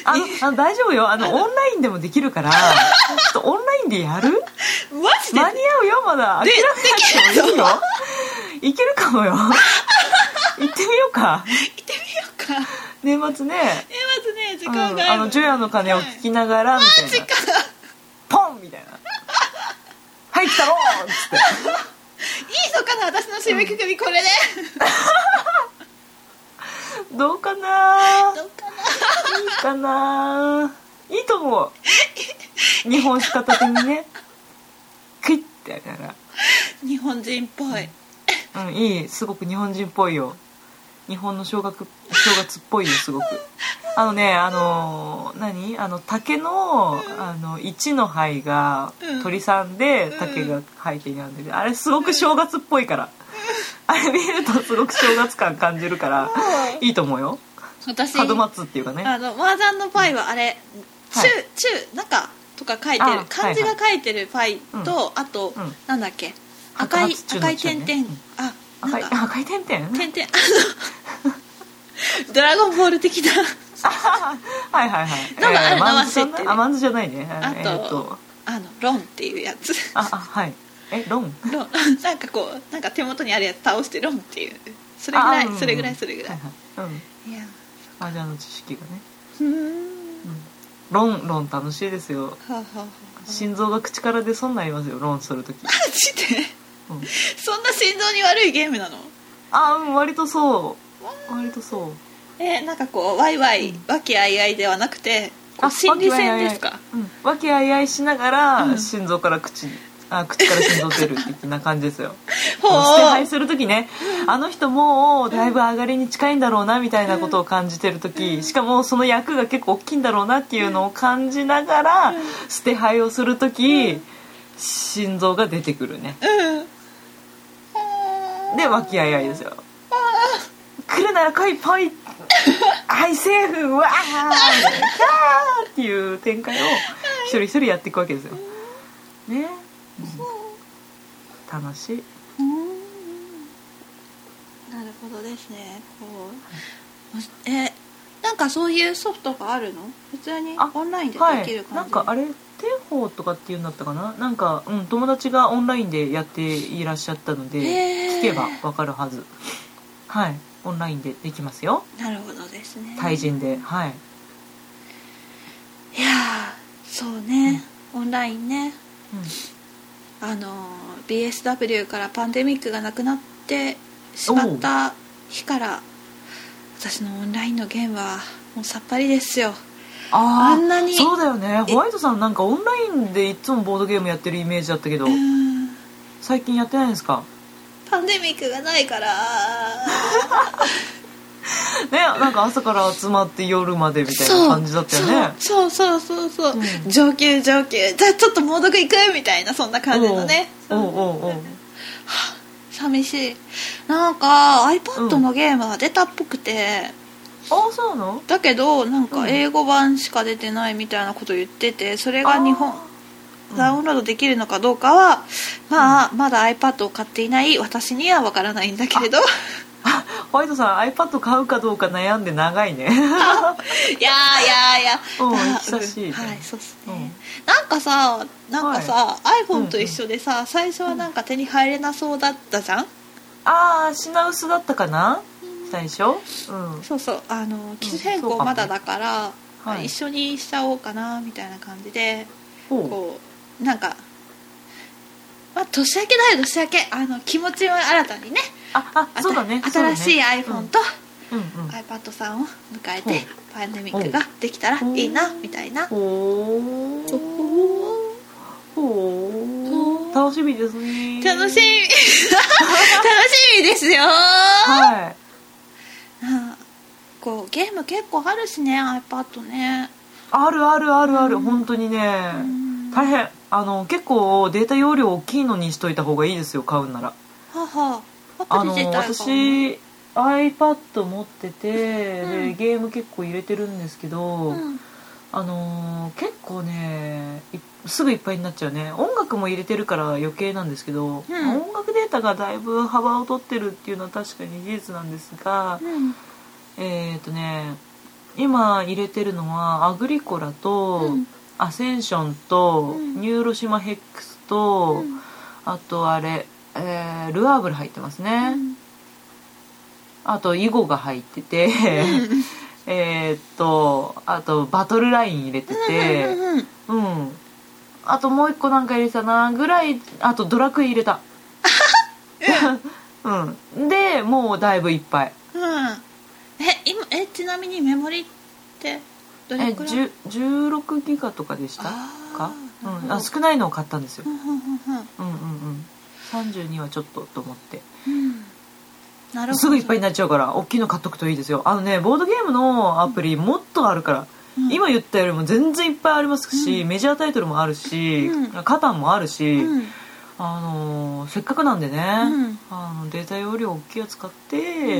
あのあの大丈夫よあのオンラインでもできるからちょっとオンラインでやる
マジで
間に合うよまだ諦めなくてもいいよいけるかもよ行ってみようか
行ってみようか
年末ね
えまずね時
うん
間があ
あ
る、
の「ジョヤの鐘」を聞きながらみたいな、
時間
ポンみたいな「はい来たろ!」っつって
いいのかな私の締めくくりこれで、
(laughs) どうかな
どうかない
いかないいと思 (laughs) う日本史片手にねクイッてやりなが
日本人っぽい
らうんいいすごく日本人っぽいよ日本の正月正月っぽいよすごくあのねあの何あの竹のあの一の灰が
うん
鳥さんで
ん
竹が背景にあるんだけどあれすごく正月っぽいからあれ見るとすごく正月感感じるからいいと思うよ
私
門松っていうかね
あの麻雀のパイはあれ「中、
はい
中中」とか書いて
あはい
る
はい
漢字が書いてるパイと、あと、
うん
なんだっけ
白
赤い
髪中
赤
の
い
中
点
ね
々、あな
赤
ん
い
か
赤い点々
点々あのドラゴンボール的な
はいはいはい
なんかあるの
マンズじゃ
忘れ
な
て
い
る
あマンズじゃないね
あと
えーっと
あのロンっていうやつ
ああはいえロン
ロンなんかこうなんか手元にあるやつ倒してロンっていうそれぐらい
あうん
それぐらいそれぐらい
は、いはいうん
い、や
麻雀の知識がね
ふーん
ロンロン楽しいですよ
はあはあはあ
心臓が口から出そうになりますよロンするとき、
マジで
うん、
そんな心臓に悪いゲームなの
あうん割とそう割とそう
えーなんかこうワイワイ和気あいあいではなくてこう心理戦ですか
和気あいあいしながら、
うん
心臓から口にあ口から心臓出る的な感じですよ
ほう
捨て配する時ねあの人もうだいぶ上がりに近いんだろうなみたいなことを感じてる時しかもその役が結構大きいんだろうなっていうのを感じながら捨て配をする時心臓が出てくるね
うん
で和気あいあいですよ来るなら来いぽいアイセーフうわーキャーっていう展開を一人一人やっていくわけですよね、うん楽しい
なるほどですねこうもしえなんかそういうソフトがあるの普通に
あ
オンラインで
は
できる
い、
感じ、
なんかあれ天宝とかっていうんだったかななんか、うん、友達がオンラインでやっていらっしゃったので
へー
聞けばわかるはずはいオンラインでできますよ
なるほどですね
対人ではい
いやーそうね、オンラインねあの BSW からパンデミックがなくなってしまった日から私のオンラインのゲームはもうさっぱりですよ
あー
あんなに
そうだよねホワイトさんなんかオンラインでいつもボードゲームやってるイメージだったけど
うん
最近やってないんですか (laughs)
パンデミックがないから
ねなんか朝から集まって夜までみたいな感じだったよね
そうそうそうそうそう、
うん
上級上級じゃあちょっと猛毒行くみたいなそんな感じのね
おうおうおう
寂しいなんか
う
iPad
ん
のゲームは出たっぽくて、
あそうなの
だけどなん
う
か
ん
英語版しか出てないみたいなこと言っててそれが日本
あ
ダウンロードできるのかどうかは、まあまだ iPad を買っていない私にはわからないんだけれど
ホワイトさん iPad 買うかどうか悩んで長い
(laughs)
ね
(laughs) いやーいやーいや
うん
だから
久しいね
はいそうっすね、
うん
なんかさなんかさ、iPhone と一緒でさ、最初はなんか手に入れなそうだったじゃん、
ああ品薄だったかな最初うん
そうそうあの機種変
うんそう
更
かも
まだだから、
はい
一緒にしちゃおうかなみたいな感じで
ほう
こうなんか、まあ、年明けだよ年明けあの気持ちを新たにね
ああ
あた
そうだね
新しい iPhone と
そうだねうんうん
iPad さんを迎え
ほう
てパンデミックができたらいいなみたいな
ほうほう楽しみですね
(laughs) 楽しみ楽しみですよ
はい
あ (laughs) こうゲーム結構あるしね iPad ね
あるあるあるある本当にね
うんは
大変あの結構データ容量大きいのにしといた方がいいですよ買うなら
は
あ
アプ
の
リ自体が
私 iPad 持ってて、
う
で
ん
ゲーム結構入れてるんですけど、
うん
あのー結構ねいすぐいっぱいになっちゃうね音楽も入れてるから余計なんですけど、
うん
音楽データがだいぶ幅を取ってるっていうのは確かに事実なんですが、
うん
えっ、とね今入れてるのはアグリコラと、
うん
アセンションと、
うん
ニューロシマヘックス
う
と、
ん
あとあれ、えールアーブル入ってますね、あと囲碁が入っててえーっとあとバトルライン入れて
うんうん
て
うんうん
うんあともう一個なんか入れてたなぐらいあとドラクエ入
(laughs)
れたうんでもうだいぶいっぱい
うんえ今えちなみにメモリってど
え
れくらい
10 16ギガとかでしたか
あーなるほ
うん、
ど
あ少ないのを買ったんですよ
うんうんうんうん
うんうんうん32はちょっとと思って
うんなるほど
すぐいっぱいになっちゃうから大きいの買っとくといいですよあのねボードゲームのアプリもっとあるから、
うん
今言ったよりも全然いっぱいありますし、メジャータイトルもあるし、
うん
カタンもあるし、
うん
あのーせっかくなんで
う
ね、
ん
あのデータ容量大きいやつ買って、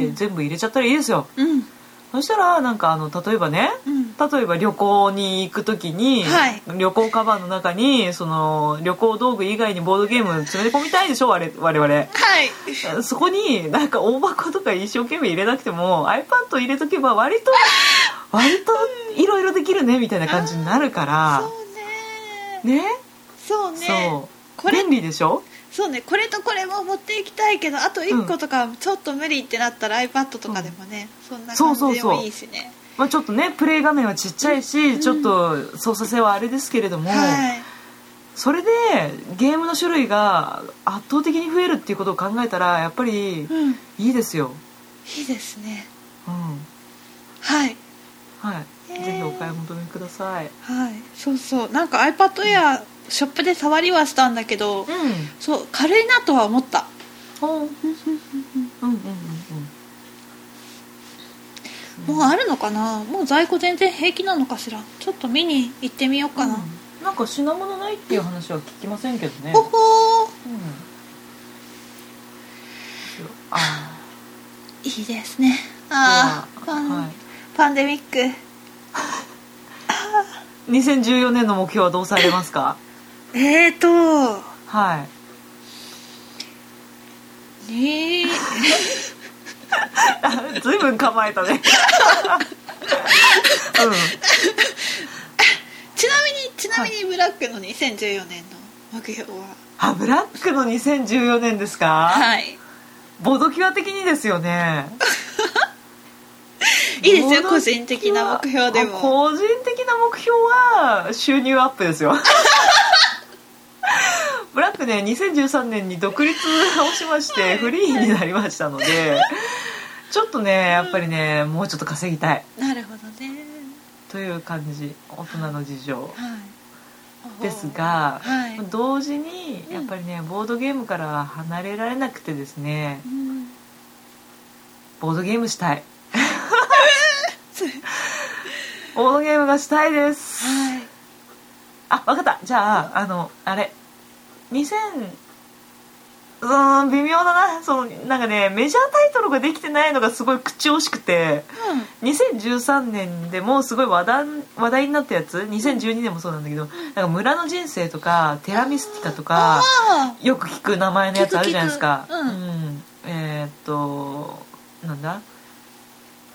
うん
全部入れちゃったらいいですよ
うん
そしたらなんかあの例えばね
うん
例えば旅行に行く時に、
はい
旅行カバンの中にその旅行道具以外にボードゲーム詰め込みたいでしょ我々我々
はい
そこになんか大箱とか一生懸命入れなくても iPad を入れとけば割と割といろいろできるねみたいな感じになるか
そうね
らね
そうね
そう
これ
便利でしょ
そうねこれとこれも持っていきたいけどあと1個とかちょっと無理ってなったら iPad とかでもねそんな
そう
感
そう
じでも
そう
いいしね
まあ、ちょっとねプレイ画面はちっちゃいし、ちょっと操作性はあれですけれども、
はい
それでゲームの種類が圧倒的に増えるっていうことを考えたらやっぱり
うん
いいですよ、
いいですね
うん
はい
はい
えー
ぜひお買い求めください、
はいそうそうなんか iPad Air ショップで触りはしたんだけど (laughs)
う
そう軽いなとは思った
ん、うんうんうんうん
もうあるのかなもう在庫全然平気なのかしらちょっと見に行ってみようかな、
うんなんか品物ないっていう話は聞きませんけどね、
ほほー
うん、あ
いいですねああ
では
パン、
はい
パンデミック
ー2014年の目標はどうされま
(laughs)
すか
えーと
はい
に
ずいぶん構えた
(laughs)
ね
ちなみにちなみにブラックの2014年の目標は
あブラックの2014年ですか、
はい
ボドキュア的にですよね
いいですよ
ボドキュア
個人的な目標でも
あ個
(laughs)
人的な目標は収入アップですよブラックね2013年に独立をしましてフリーになりましたのでちょっとねやっぱりねもうちょっと稼ぎたい
なるほどね
という感じ大人の事情
はい
ですが、
はい
同時にやっぱりねボードゲームから離れられなくてですね
うん
ボードゲームし
(laughs)
たいボードゲームがしたいです
はい
あわかったじゃああのあれ2000うーん微妙だなそのなんかねメジャータイトルができてないのがすごい口惜しくて
うん
2013年でもすごい話題話題になったやつ2012年もそうなんだけどなんか村の人生とかテラミスティカとか
あ
よく聞く名前のやつあるじゃないですか
聞く聞くう
うんえーっとなんだ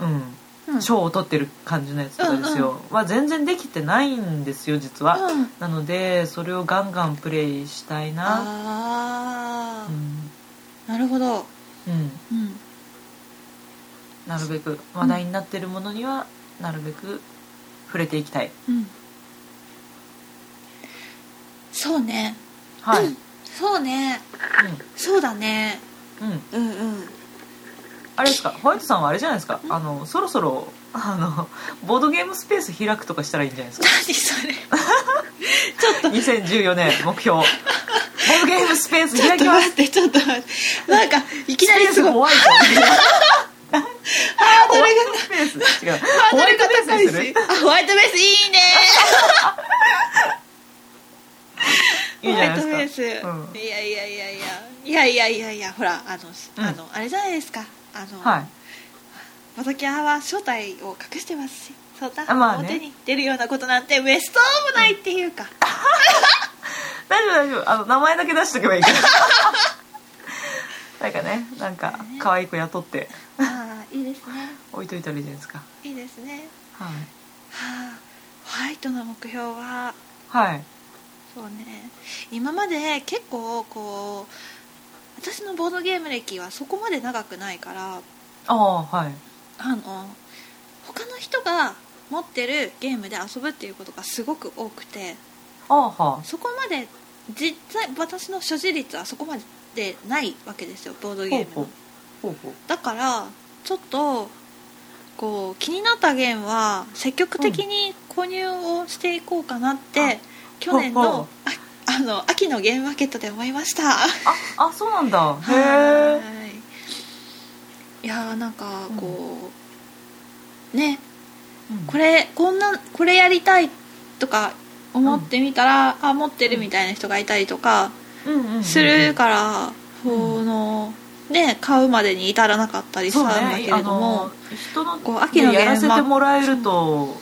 う
あうん
ん賞を取ってる感じのやつとかですよは全然できてないんですよ実は
うん
なのでそれをガンガンプレイしたいな
あ
うん、
ーなるほど
うん、
うん
なるべく話題になってるものにはなるべく触れていきたい
うんそうね
はい、
うんそうねそうだね
うんうん
うんうん
あれですかホワイトさんはあれじゃないですかあのそろそろあのボードゲームスペース開くとかしたらいいんじゃないですか
何それ
2014年目標ボードゲームスペース
ちょっ
開
と
きま
待
す
ってちょっと待ってなんかいきなりすごい
ホワイト
(laughs) ハー
ホ
ド
ワイ
ルが
トスペース違う
ハ
ホ
ード
ワ
ル
イト
が
スペ
高
ー
い
スす
し
る
あホワイトベースいいね
いいじゃないで
ホワイト
すか
ベース、
うん
いやいやいやいやいやいやいやいやほらあの、
うん
あのあれじゃないですかあの、
はい
ボトキャは正体を隠してますしそんな
あまあね
表に出るようなことなんてめっそうもないっていう
(laughs)
か、
大丈夫大丈夫あの名前だけ出しとけばいいから (laughs) なんかねなんか可愛い子雇って
ああいいですね
置いといたらいいじゃないですか
いいですね
は
は
い、
あホワイトの目標は
はい、
そうね今まで結構こう私のボードゲーム歴はそこまで長くないから
ああはい
あの他の人が持ってるゲームで遊ぶっていうことがすごく多くて
ああは
そこまで実際私の所持率はそこまでないわけですよボード
あ
ゲー
ほう
ム
ほ
の
うほうほう
だからちょっとこう気になったゲームは積極的に購入をしていこうかなって、
あ
去年
ほうほう
のああの秋のゲームマーケットで思いました
ああそうなんだへ
は
え
ーいいやーなんかこう、ねこれこんなこれやりたいとか思ってみたら、あ持ってるみたいな人がいたりとか
うんうんうんうん
するから、このね買うまでに至らなかったりした
そうん
だ
ね
け
あ
れども
の人の
こう秋の
でやらせ
現
て
場
もらえると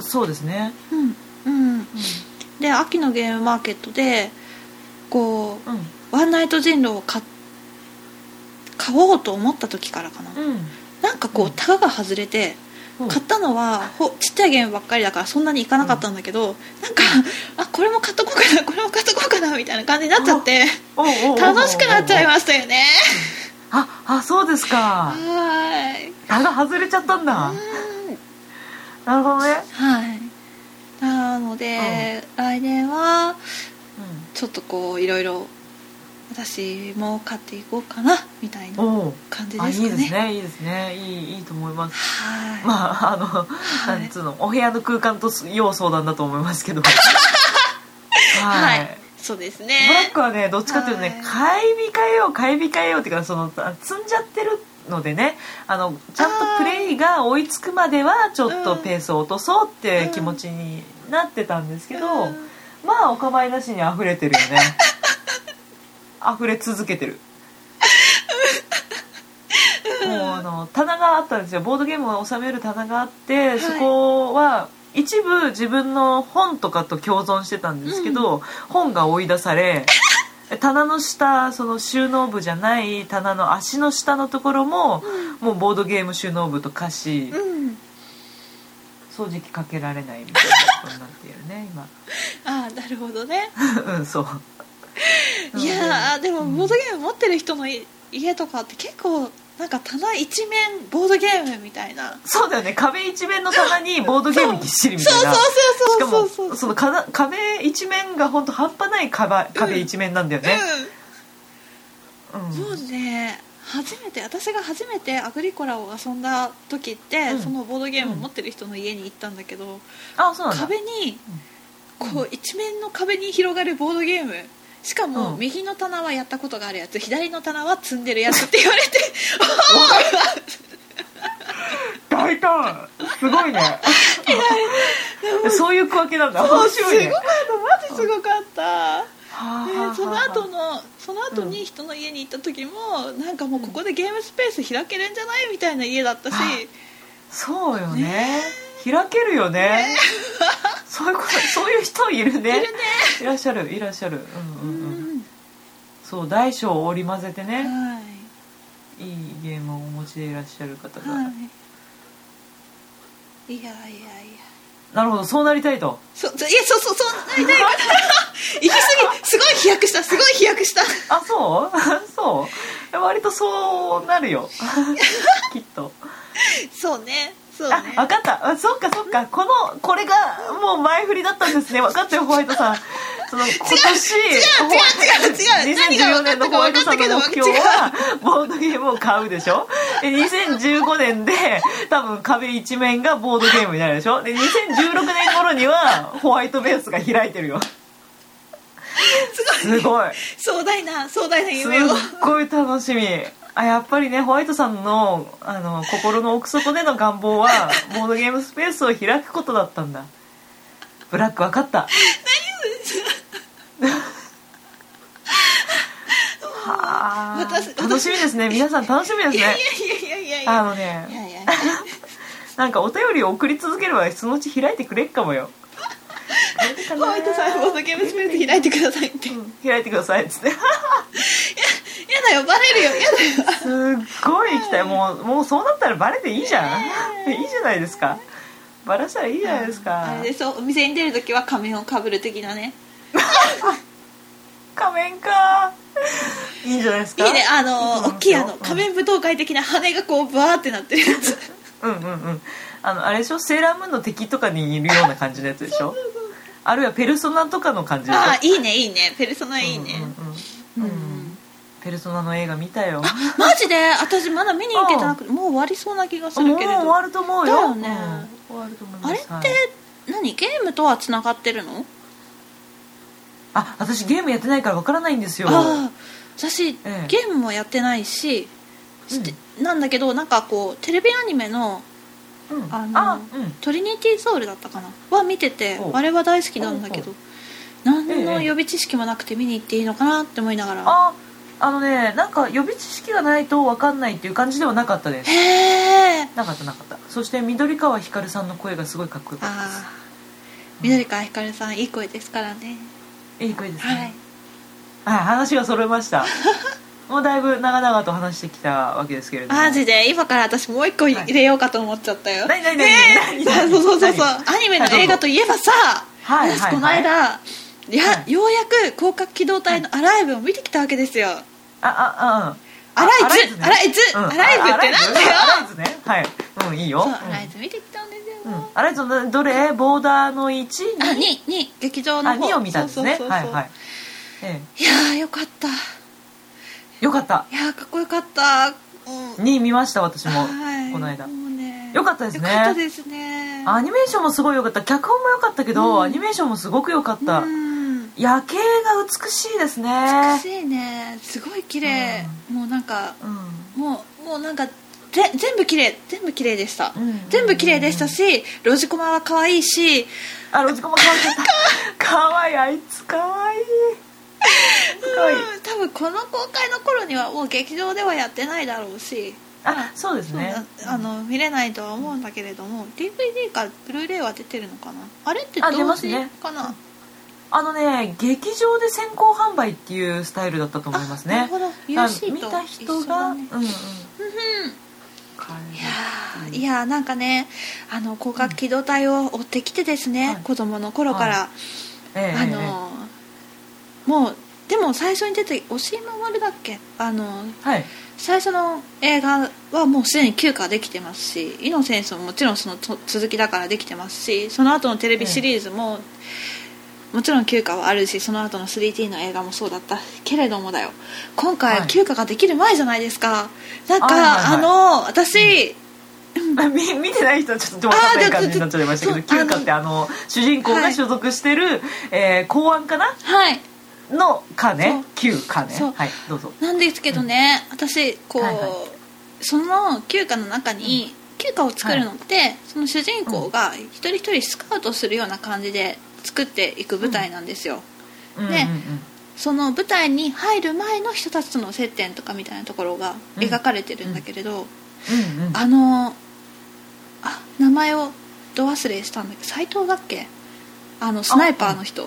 そうですね
うんうんで秋のゲームマーケットでこ
うんうん
うワンナイト人狼を買っ買おうと思った時からかな、
うん
なんかこうタガが外れて
ほう
買ったのはほちっちゃいゲームばっかりだからそんなにいかなかったんだけど、なんかあこれも買っとこうかな (laughs) これも買っとこうかなみたいな感じになっちゃって
おうおうおうおう
楽しくなっちゃいましたよね
ああそうですか
はーい
あが外れちゃったんだ
うん
なるほどね
はいなので、来年はちょっとこういろいろ私も買っていこうかなみたい
うん
な
おう
感じ
あ
で
い
すかね
いですねいいですねいいいいと思います
はい、
まああの、
い
なんつうのお部屋の空間とす要相談だと思います
(laughs)
けどは、
はいいそうです
ブラッ
ね
クはねどっちかというとね、買い控えよう買い控えようっていうかそのあ積んじゃってるのでねあのちゃんとプレイが追いつくまではちょっとペースを落とそうって気持ちになってたんですけど、
うん
まあお構いなしに溢れてるよね (laughs) 溢れ続けてるもうあの棚があったんですよボードゲームを収める棚があって、そこは一部自分の本とかと共存してたんですけど、本が追い出され棚の下その収納部じゃない棚の足の下のところも、もうボードゲーム収納部と化し、
うん
掃除機かけられないみたいなことになっているね今。 (laughs)
ああなるほどね
うんそう
いやーでも
うん
ボードゲーム持ってる人のい家とかって結構なんか棚一面ボードゲームみたいな
そうだよね壁一面の棚にボードゲームぎっしりみたいなし
そう
か
そうそうそうそ
も
うそう
そのかな壁一面が本当半端ない壁壁一面なんだよね、うん
うん、もうね初めて私が初めてアグリコラを遊んだ時って、
うん
そのボードゲームを持ってる人の家に行ったんだけど、
あそうなんだ
壁にこう一面の壁に広がるボードゲームしかも
うん
右の棚はやったことがあるやつ左の棚は積んでるやつって言われて (laughs)
大胆すご
(laughs)
いねそういう区分けなんだ
もう
面
すごか
白い
っ
ね
たマジすごかった。
はあはあは
で
あ
その後のその後に人の家に行った時も、なんかもうここでゲームスペース開けるんじゃないみたいな家だったし
そうよね開けるよねそういうことそういう人いるねいらっしゃるいらっしゃるうんうんうん、そう大小を織り交ぜて
うん
ね、
はい
いいゲームをお持ちでいらっしゃる方が、
はいいやいやいや
なるほどそうなりたいと
そいやそうそうそうないない行き過ぎすごい飛躍したすごい飛躍した
あそう (laughs) そう割とそう
(laughs)
なるよきっと
そうねそう
あ
ね
分かったあそっかそっかこのこれがもう前振りだったんですね分かったよホワイトさんその今年
違う違う違う何が
2014
分かっ
年の
た
ホ
か
ワイ
分
ト
かった
さんの
けど
目
違
標
う
はボードゲームを買うでしょで2015年で多分壁一面がボードゲームになるでしょで2016年頃にはホワイトベースが開いてるよすごい
壮大な壮大な
す
夢を
っごい楽しみあやっぱりねホワイトさんのあの心の奥底での願
(laughs)
望はボードゲームスペースを開くことだったんだブラック分かったはあ
私私
楽しみですね皆さん楽しみですね
いやいやいやい
あ
や
の
い
ね
やいや
なんかお便りを送り続ければそのうち開いてくれっかもよ
ホワイトさんボードゲームスペース開いてくださいって嫌
開いてくださいっつって
だよバレるよ嫌だよ
すっごい行きたいもうもうそうなったらバレていいじゃん、いいじゃないですかバラしたらいいじゃないですか、
あれでそうお店に出る時は仮面をかぶる的なね
仮面かいいんじゃないです
い
か
いねあの
うん
大きいあの仮面舞踏会的な羽がこうバーってなってるやつ
うんうんうんあのあれでしょセーラームーンの敵とかにいるような感じのやつでしょあるいはペルソナとかの感じでしょ
ああいいねいいねペルソナいいね、
うんうんうん、うん
うん
ペルソナの映画見たよ
マジで私まだ見に行けてなくてもう終わりそうな気がす
も
る
う
け
終
れど
わ
あ
ると思うよ
だよね
うん終わると思います
れって
はい
何ゲームとはつながってるの
あ私ゲームやってないからわからないんですよ
ああ私、
ええ
ゲームもやってないし、してなんだけどなんかこうテレビアニメの
うん
あの
うん
「トリニティ・ソウル」だったかなは見てて
お
あれは大好きなんだけど何の
ええ
予備知識もなくて見に行っていいのかなって思いながら
ああのねなんか予備知識がないと分かんないっていう感じではなかったです
へえ
なかったなかったそして緑川ひかるさんの声がすごいかっこよかったで
ああ緑川ひかるさんいい声ですからね
すいい声ですね、
はい
はい、話がそれました
(laughs)
もうだいぶ長々と話してきたわけですけれども
マジで今から私もう一個入れようかと思っちゃったよ、
何何
ね
何何
え
何
そうそうそうそう
何
アニメの映画といえばさ、
はいはい
私この間、いや
はい
ようやく広角機動隊の「アライブ」を見てきたわけですよ、
あああ
アライズ
あ
アライズ
うん
アライズってなんだよ
あアライズねはいうんいいよ
そう
う
ア
ん
ライズ見てきたんですよ、
うんアライズのどれボーダーの1
あにに劇場
あ
の方
2を見たんですね
そうそう
は
そうそ
い
う
はいえ
いやーよかったい
えよかった
やーかっこよかった、うん、
2見ました私も
はい
この間
もうね
よかったですね
よかったですね
アニメーションもすごい良かった脚本も良かったけど、アニメーションもすごく良かった、
うん
夜景が美しいです
美
ね
しいねすごい綺麗、もうなんか
うん
もうもうなんかぜ全部綺麗全部綺麗でした、
うん
全部綺麗でしたしロジコマは可愛いし
あロジコも可愛
(laughs)
かった可愛いあいつ可愛い可愛い
うん多分この公開の頃にはもう劇場ではやってないだろうし
あそうですね
そうあの見れないとは思うんだけれども DVD かブルーレイは出てるのかなあれって
あ出
同
ます
時
ね
かな
あのね劇場で先行販売っていうスタイルだったと思います
なる
ね
ほど
あ
UC
見
と
た
一
人
緒
が、
だね
うんうん
いやーいやーなんかねあの広角機動隊を追ってきてですね、
はい
子供の頃から、
ええええ
あのーもうでも最初に出て「押井守」だっけあの
はい
最初の映画はもうすでに9巻できてますし「イノセンス」ももちろんそのと続きだからできてますしその後のテレビシリーズも、もちろん9巻はあるしその後の 3D の映画もそうだったけれどもだよ今回
はい
9巻ができる前じゃないですか、なんか
はい
あ,、
はいはい
の私、
見見てない人はちょっと分かんない感じになっちゃいましたけど
あーだって
9巻ってあの主人公が所属してる、えー公安かな
はい
の課ね
そう
9課ね
そう
はいどうぞ
なんですけどね、私こう、
はいはい
その休暇の中に、休暇を作るのって、その主人公が一人一人スカウトするような感じで作っていく舞台なんですよ、
うんうんうん
ねその舞台に入る前の人たちとの接点とかみたいなところが
うん
描かれてるんだけれど、
うんうん
あのあ名前をど忘れしたんだけど斎藤だっけあのスナイパーの人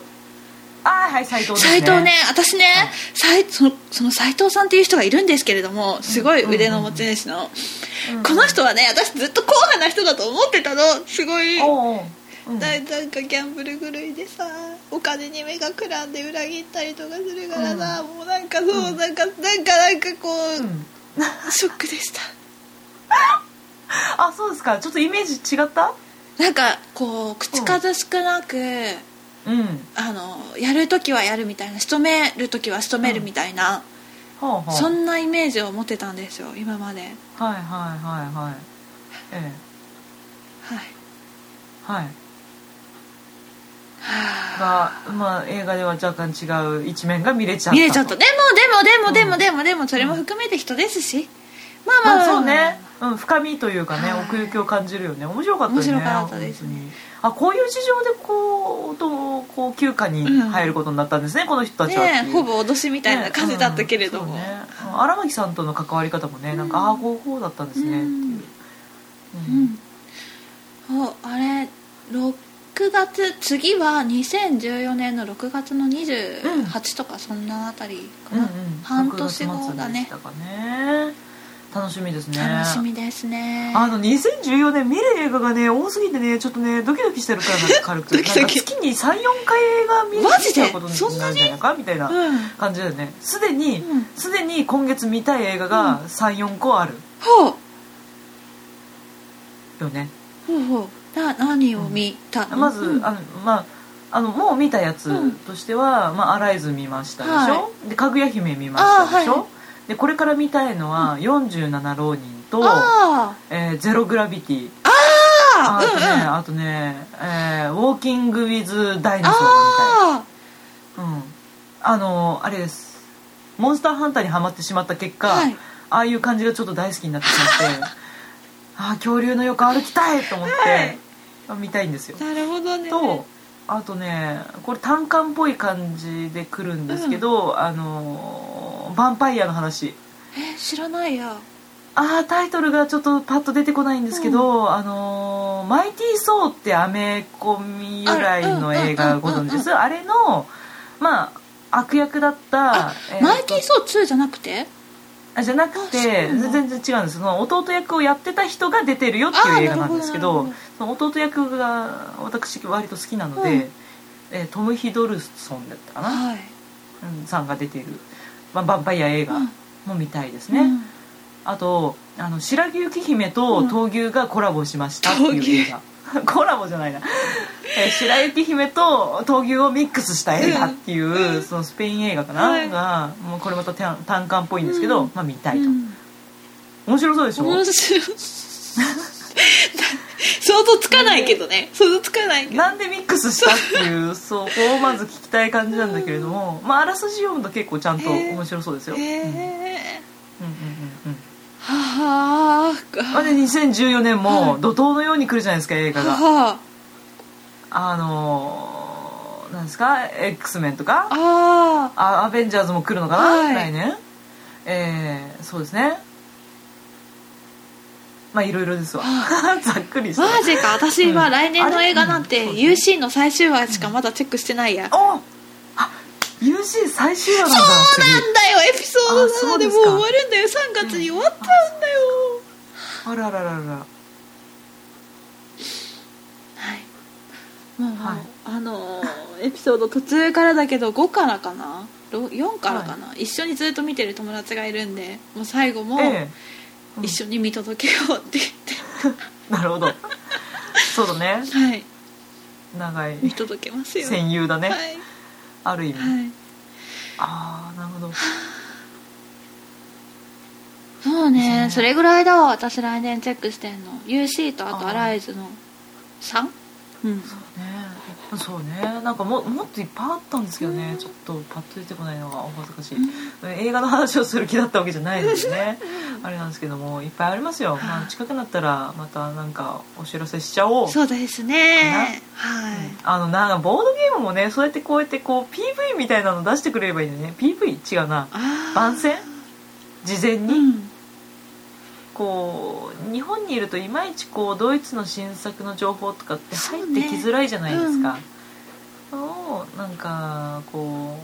あーはい斎藤です
斉
ね
藤ね私ね、斉そのその斉藤さんっていう人がいるんですけれどもすごい腕の持ち主の、
うん
この人はね私ずっと硬派な人だと思ってたのすごい、
おうおううん
ななんかギャンブル狂いでさお金に目がくらんで裏切ったりとかするからさ、もうなんかそう、なんかなんかなんかこう、
うん
ショックでした
あそうですかちょっとイメージ違った
なんかこう口数少なく、
うん
あのやる時はやるみたいな仕留める時は仕留めるみたいな、
ほうほう
そんなイメージを持ってたんですよ今まではい
はいはいはいはいええはい
はあ
が、まあ、映画では若干違う一面が見れちゃった
見れちゃった
と
でもでもでもでもでもでもそれも含めて人ですしまあまあ
ま
ま
あ
あ
そうね、うん、深みというかね、
はい
奥行きを感じるよね面白かったよね
面白かったですね
本当にあこういう事情でこうとこう休暇に入ることになったんですね、この人たちはってい
ね
う
ほぼ脅しみたいな感じだったけれども、
ねうんそうねうん荒牧さんとの関わり方もねなんか、ああこうこうだったんですねっていう、うん
うんおあれ6月次は2014年の6月の28とかそんなあたりか
うんう
な、
ん
半年後だ
6月
ね
末でしたかね楽しみですね
楽しみですね
あの2014年見る映画がね多すぎてねちょっとねドキドキしてるからな
(laughs)
んか軽く
ドキドキ
なんか月に34回映画見る
マジで
見ちゃうことになるんじゃないかみたいな
うん
感じだよねすでに
うん
すで、に今月見たい映画が34個ある
ほう
よね、
ほうほうな何を見たの、
まず、
うん
あのまああのもう見たや
うん
つとしては「まあ、アライズ」見ましたでしょ、
は
で「かぐや姫」見ましたでしょ、
あーは
でこれから見たいのは「47浪人」と
あ
「えーゼログラビティ」
あ
あ
あ
とね、
うんうん
あとね、えーウォーキング・ウィズ・ダイナソーが
あ
見たい。うん。あの、あれです。モンスターハンターにはまってしまった結果、
はい
ああいう感じがちょっと大好きになってしま
(laughs)
って、ああ、恐竜の横歩きたいと思って、見たいんですよ
あ。なるほどね
と、あとね、これ単館っぽい感じで来るんですけど、あの、ヴァンパイアの話。
え知らないや
あータイトルがちょっとパッと出てこないんですけど、あのーマイティー・ソー」ってアメコミ由来の映
あ
画
う
ご
んうんうんうん
存知ですあれのまあ悪役だった、えと
マイティー・ソー2じゃなくて
あじゃなく
あ
て
そうなんだ
全然違うんですその弟役をやってた人が出てるよっていう映画なんですけ
あーな
ど
る
その弟役が私割と好きなので、
うん
えートム・ヒドルソンだったかな、
はい
うんさんが出ている、まあ、ヴァンパイア映画も見たいですね、
うん
あとあの白木由紀姫と闘牛がコラボしましたって
うん
いう映画、 (laughs) コラボじゃないな、えー白雪姫と闘牛をミックスした映画っていう、そのスペイン映画かな、
はい
がもうこれまた単単館っぽいんですけど、
うん
まあ見たいと、
うん
面白そうでし
(laughs)
ょ、
面白い想像つかないけどね想像つかないけど
なんでミックスしたっていうそこをまず聞きたい感じなんだけれども、まあ、あらすじ読むと結構ちゃんと面白そうですよ、
へえ
うんうんうんうん
は
まあ
あ
で2014年も怒涛のように来るじゃないですか映画が
は
あのー、なんですか X メンとか
ああ
あアベンジャーズも来るのかな、
はい
来年えー、そうですねまあいろいろですわ (laughs) ざっくりして
マジか私は来年の映画なん
うん
て
あれ
UC の最終話しかまだチェックしてないや、
おあ UC 最終話なんだ
そうなんだよエピソード
あそ
7
う
でも
です
う
か
終わるんだよ3月に終わっちゃうんだよ、
次あららららら
はいもう、
はい
あのーエピソード途中からだけど5からかなろ4からかな、一緒にずっと見てる友達がいるんでもう最後も
え
一緒に見届けようって言って、
えなるほど (laughs) そうだね
はい
長い
見届けますよ
戦友だね、
はい、
ある意味、
はい、
ああなるほど
そうね
ね
それぐらいだわ私来年チェックしてんの UC とあとアライズの 3? うん
ねそうねなんかももっといっぱいあったんですけどね、ちょっとパッと出てこないのがお恥ずかしい、映画の話をする気だったわけじゃないですね (laughs) あれなんですけどもいっぱいありますよ、まあ、近くなったらまたなんかお知らせしちゃおう
そうですねはい、
あのなんかボードゲームもねそうやってこうやってこう PV みたいなの出してくれればいいのにね PV 違うな
あー
番宣事前
う
に、
ん
こう日本にいるといまいちこうドイツの新作の情報とかって入ってき
そうね
づらいじゃないですか。それをなんかこ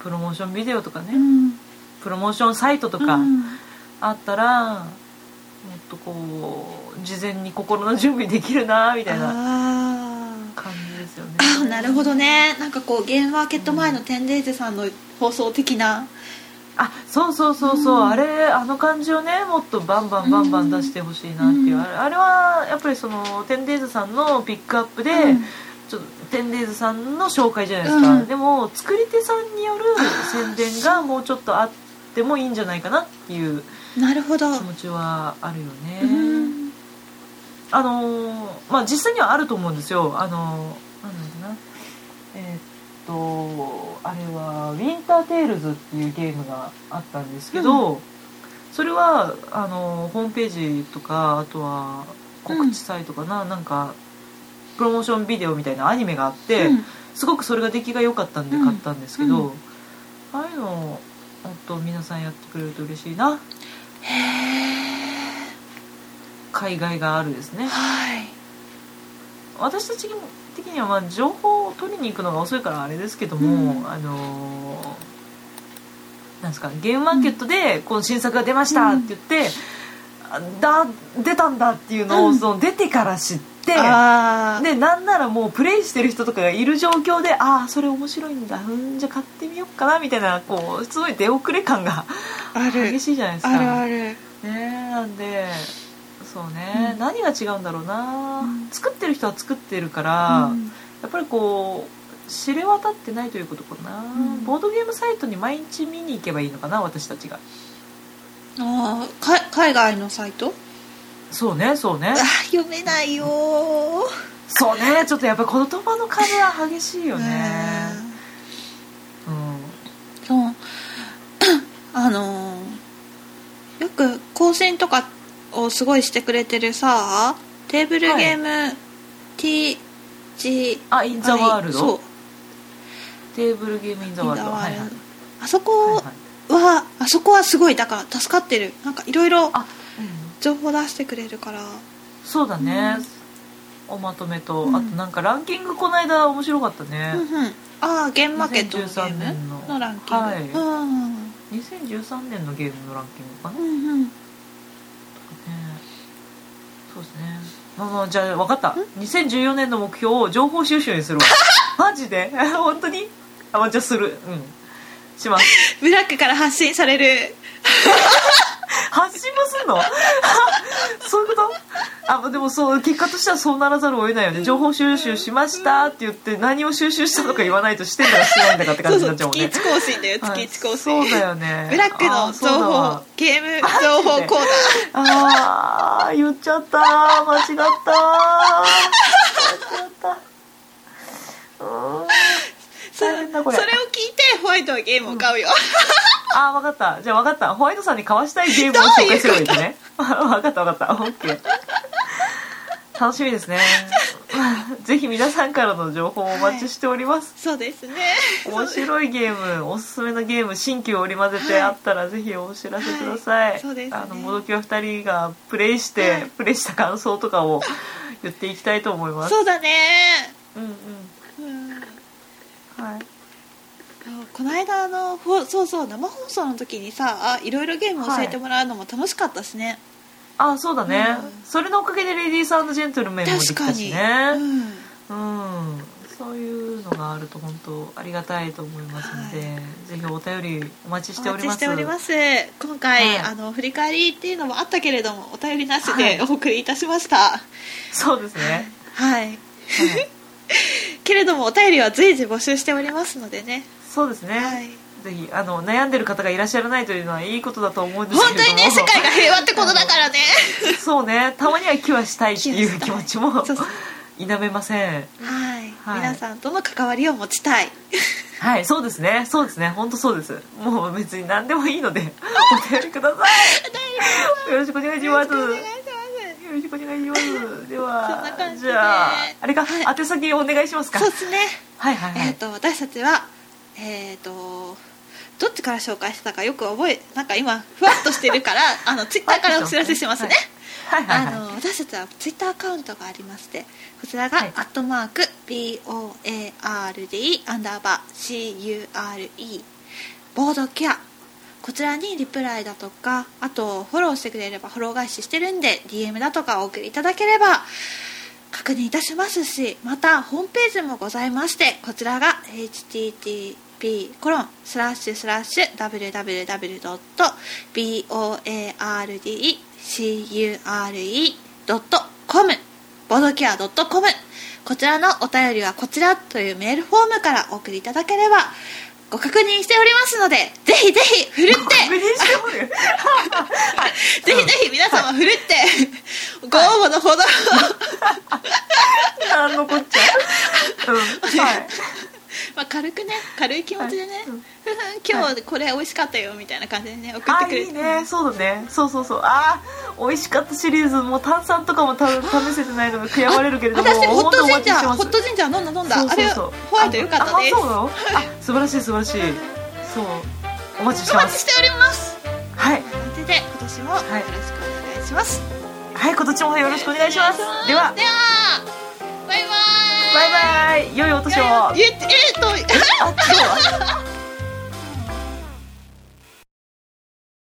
うプロモーションビデオとかね、
うん
プロモーションサイトとか
うん
あったら、もっとこう事前に心の準備できるなみたいな
あー
感じですよね。
あなるほどねなんかこうゲームマーケット前の天デーゼさんの放送的な
あそうそうそうそう、
うん
あれあの感じをねもっとバンバンバンバン出してほしいなっていう、
うん
あれあれはやっぱりそのテンデイズさんのピックアップで、
うん
ちょっとテンデイズさんの紹介じゃないですか、
うん
でも作り手さんによる宣伝がもうちょっとあってもいいんじゃないかなっていう
なるほど、
気持ちはあるよね、
うん
あのーまあ実際にはあると思うんですよあのーなんだろうなえーっとあれは「ウィンター・テイルズ」っていうゲームがあったんですけど、それはあのーホームページとかあとは告知サイトかな、なんかプロモーションビデオみたいなアニメがあって、
うん
すごくそれが出来が良かったんで買ったんですけど、
うんう
ああいうのをもっと皆さんやってくれると嬉しいな
へえ
海外があるですね
はい
私たち的にはまあ情報を取りに行くのが遅いからあれですけども、
う
あのーなんですかゲームマーケットでこの新作が出ましたって言って、あだ出たんだっていうのを、
うん
その出てから知って
ああ
でなんならもうプレイしてる人とかがいる状況でああそれ面白いんだうんじゃあ買ってみようかなみたいなこうすごい出遅れ感が
ある
激しいじゃないですか。
あるある
ねえなんでそうね、
うん
何が違うんだろうな、
うん
作ってる人は作ってるから、
うん
やっぱりこう知れ渡ってないということかな、
ん
ボードゲームサイトに毎日見に行けばいいのかな私たちが
あーか海外のサイト
そうねそうね
あ読めないよー
そうねちょっとやっぱ言葉の壁は激しいよねうん
うんそう (coughs) あのーよく更新とかをすごいしてくれてるさテーブルゲーム、TG
あインザワール
そう
ドテーブルゲームインザワールドはいはい
あそこ
はい
は
はい、、
あそこはすごいだから助かってるなんかいろいろ
あ、うん
情報出してくれるから
そうだね、おまとめと、
うん
あとなんかランキングこの間面白かったね、
うんうんああゲームマーケットのゲ
2013
ー
年
ム
の
のランキング、
はい
うんうん
2013年のゲームのランキングかな、ね
うんうん
そうですねまあまあじゃあ分かった2014年の目標を情報収集にする
(laughs)
わマジで (laughs) 本当にあまあじゃあするうんします
(laughs) ブラックから発信される
発信もすんの (laughs) そういうことあまあでもそう結果としてはそうならざるを得ないよね情報収集しましたって言って何を収集したのか言わないとしてんだかしてないんだかって
そ
感
う
じに
そ
なっ
う
ちゃうもん
月
ね
1更新だよ
あ
月1更新
そうだよね
ブラック
あ
の
そうだ
情報
わ
ゲーム情報コー
あー言っちゃった間違った間違ったうーん大変
ナ
だ
ー
こ
そ
れ
れを聞いてホワイトはゲームを買うよ、
あー分かったじゃあ分かったホワイトさんに交わしたいゲームを紹介すればいいんだね分かった分かった OK 楽しみ
(laughs)
ですねぜひ皆さんからの情報をお待ちしております、
(laughs) そうですね
面白いゲームおすすめのゲーム新旧織り交ぜて
はい
あったらぜひお知らせください、
はいそうですね
あのもどきは2人がプレイして、
はい
プレイした感想とか
(laughs)
を言っていきたいと思います
そうだね
うんうん
うんあ
はい
この間あのほそうそう生放送の時にさあいろいろゲームを教えてもらうのも楽しかったしね、
あそうだね、
うん
それのおかげでレディースジェントルメンもでき
確
た
か
し
に、
ね
うん
うんそういうのがあると本当ありがたいと思いますので、ぜひお便りお待ちしており
お待ち
ます
しております今回、
はい
あの振り返りっていうのもあったけれどもお便りなし
はい
でお送りいたしました
そうですね、
(laughs) はい
はい、
けれどもお便りは随時募集しておりますのでね
そうですね、
はい
ぜひあの悩んでる方がいらっしゃらないというのはいいことだと思うんです
本
けれ
当
ど
に
も
ね世界が平和ってことだからね
そうねたまには気はしたいっていう気
気は
持
し
ちも
そうそう
否めません
はい、
はい
皆さんとの関わりを持ちたい
はいそうですねそうですね本当そうですもう別に何でもいいのでお便りくださいよろしくお願いします
お願いし
よろしくお願いしますでは
そんな感じで
じゃああれか、
は
宛先お願いします
ま
か
すそうですね、
はいはいは
え
い
っ、と私たちはえっ、とどっちから紹介してたかよく覚えなんか今ふわっとしてる
(laughs)
からあのツイッターからお知らせしますね、
はいはいはい
あの私たちはツイッターアカウントがありましてこちらが、
はい
アットマーク BOARD アンダーバー CURE ボードケアこちらにリプライだとかあとフォローしてくれればフォロー返ししてるんで DM だとかお送りいただければ確認いたしますしまたホームページもございましてこちらが http コロンスラッシュスラッシュ www.bordecure.com ボードケア .com こちらのお便りはこちらというメールフォームからお送りいただければご確認しておりますのでぜひぜひふるって
確認しておる
(laughs) ぜひぜひ皆様ふるって、ご応募のほど、
何のこっちゃうんはい
まあ、軽くね軽い気持ちでね、
はいうん
今日これ美味しかったよみたいな感じでね送っ
あ
てくれ
いい
て
ねそうだねそうそうそうあー美味しかったシリーズもう炭酸とかもた試せてないのが悔やまれるけれども
私ホッ
本当
ト
お
ジン
待
ジャ
ちして
ー
ます
ホットジンジャー飲んだ飲んだ
そうそう
あ
そう
れホワイトよかったです
ああそうなのあ素晴らしい素晴らしいそうお待ちして
お
ま
待ち (laughs)
す
しております
はい
という感じで今年もよろしくお願いします、
はい今年もよろしくお願いしますでは
ではバイバイ
バイバイ良いお年を
ええっと
あ今日は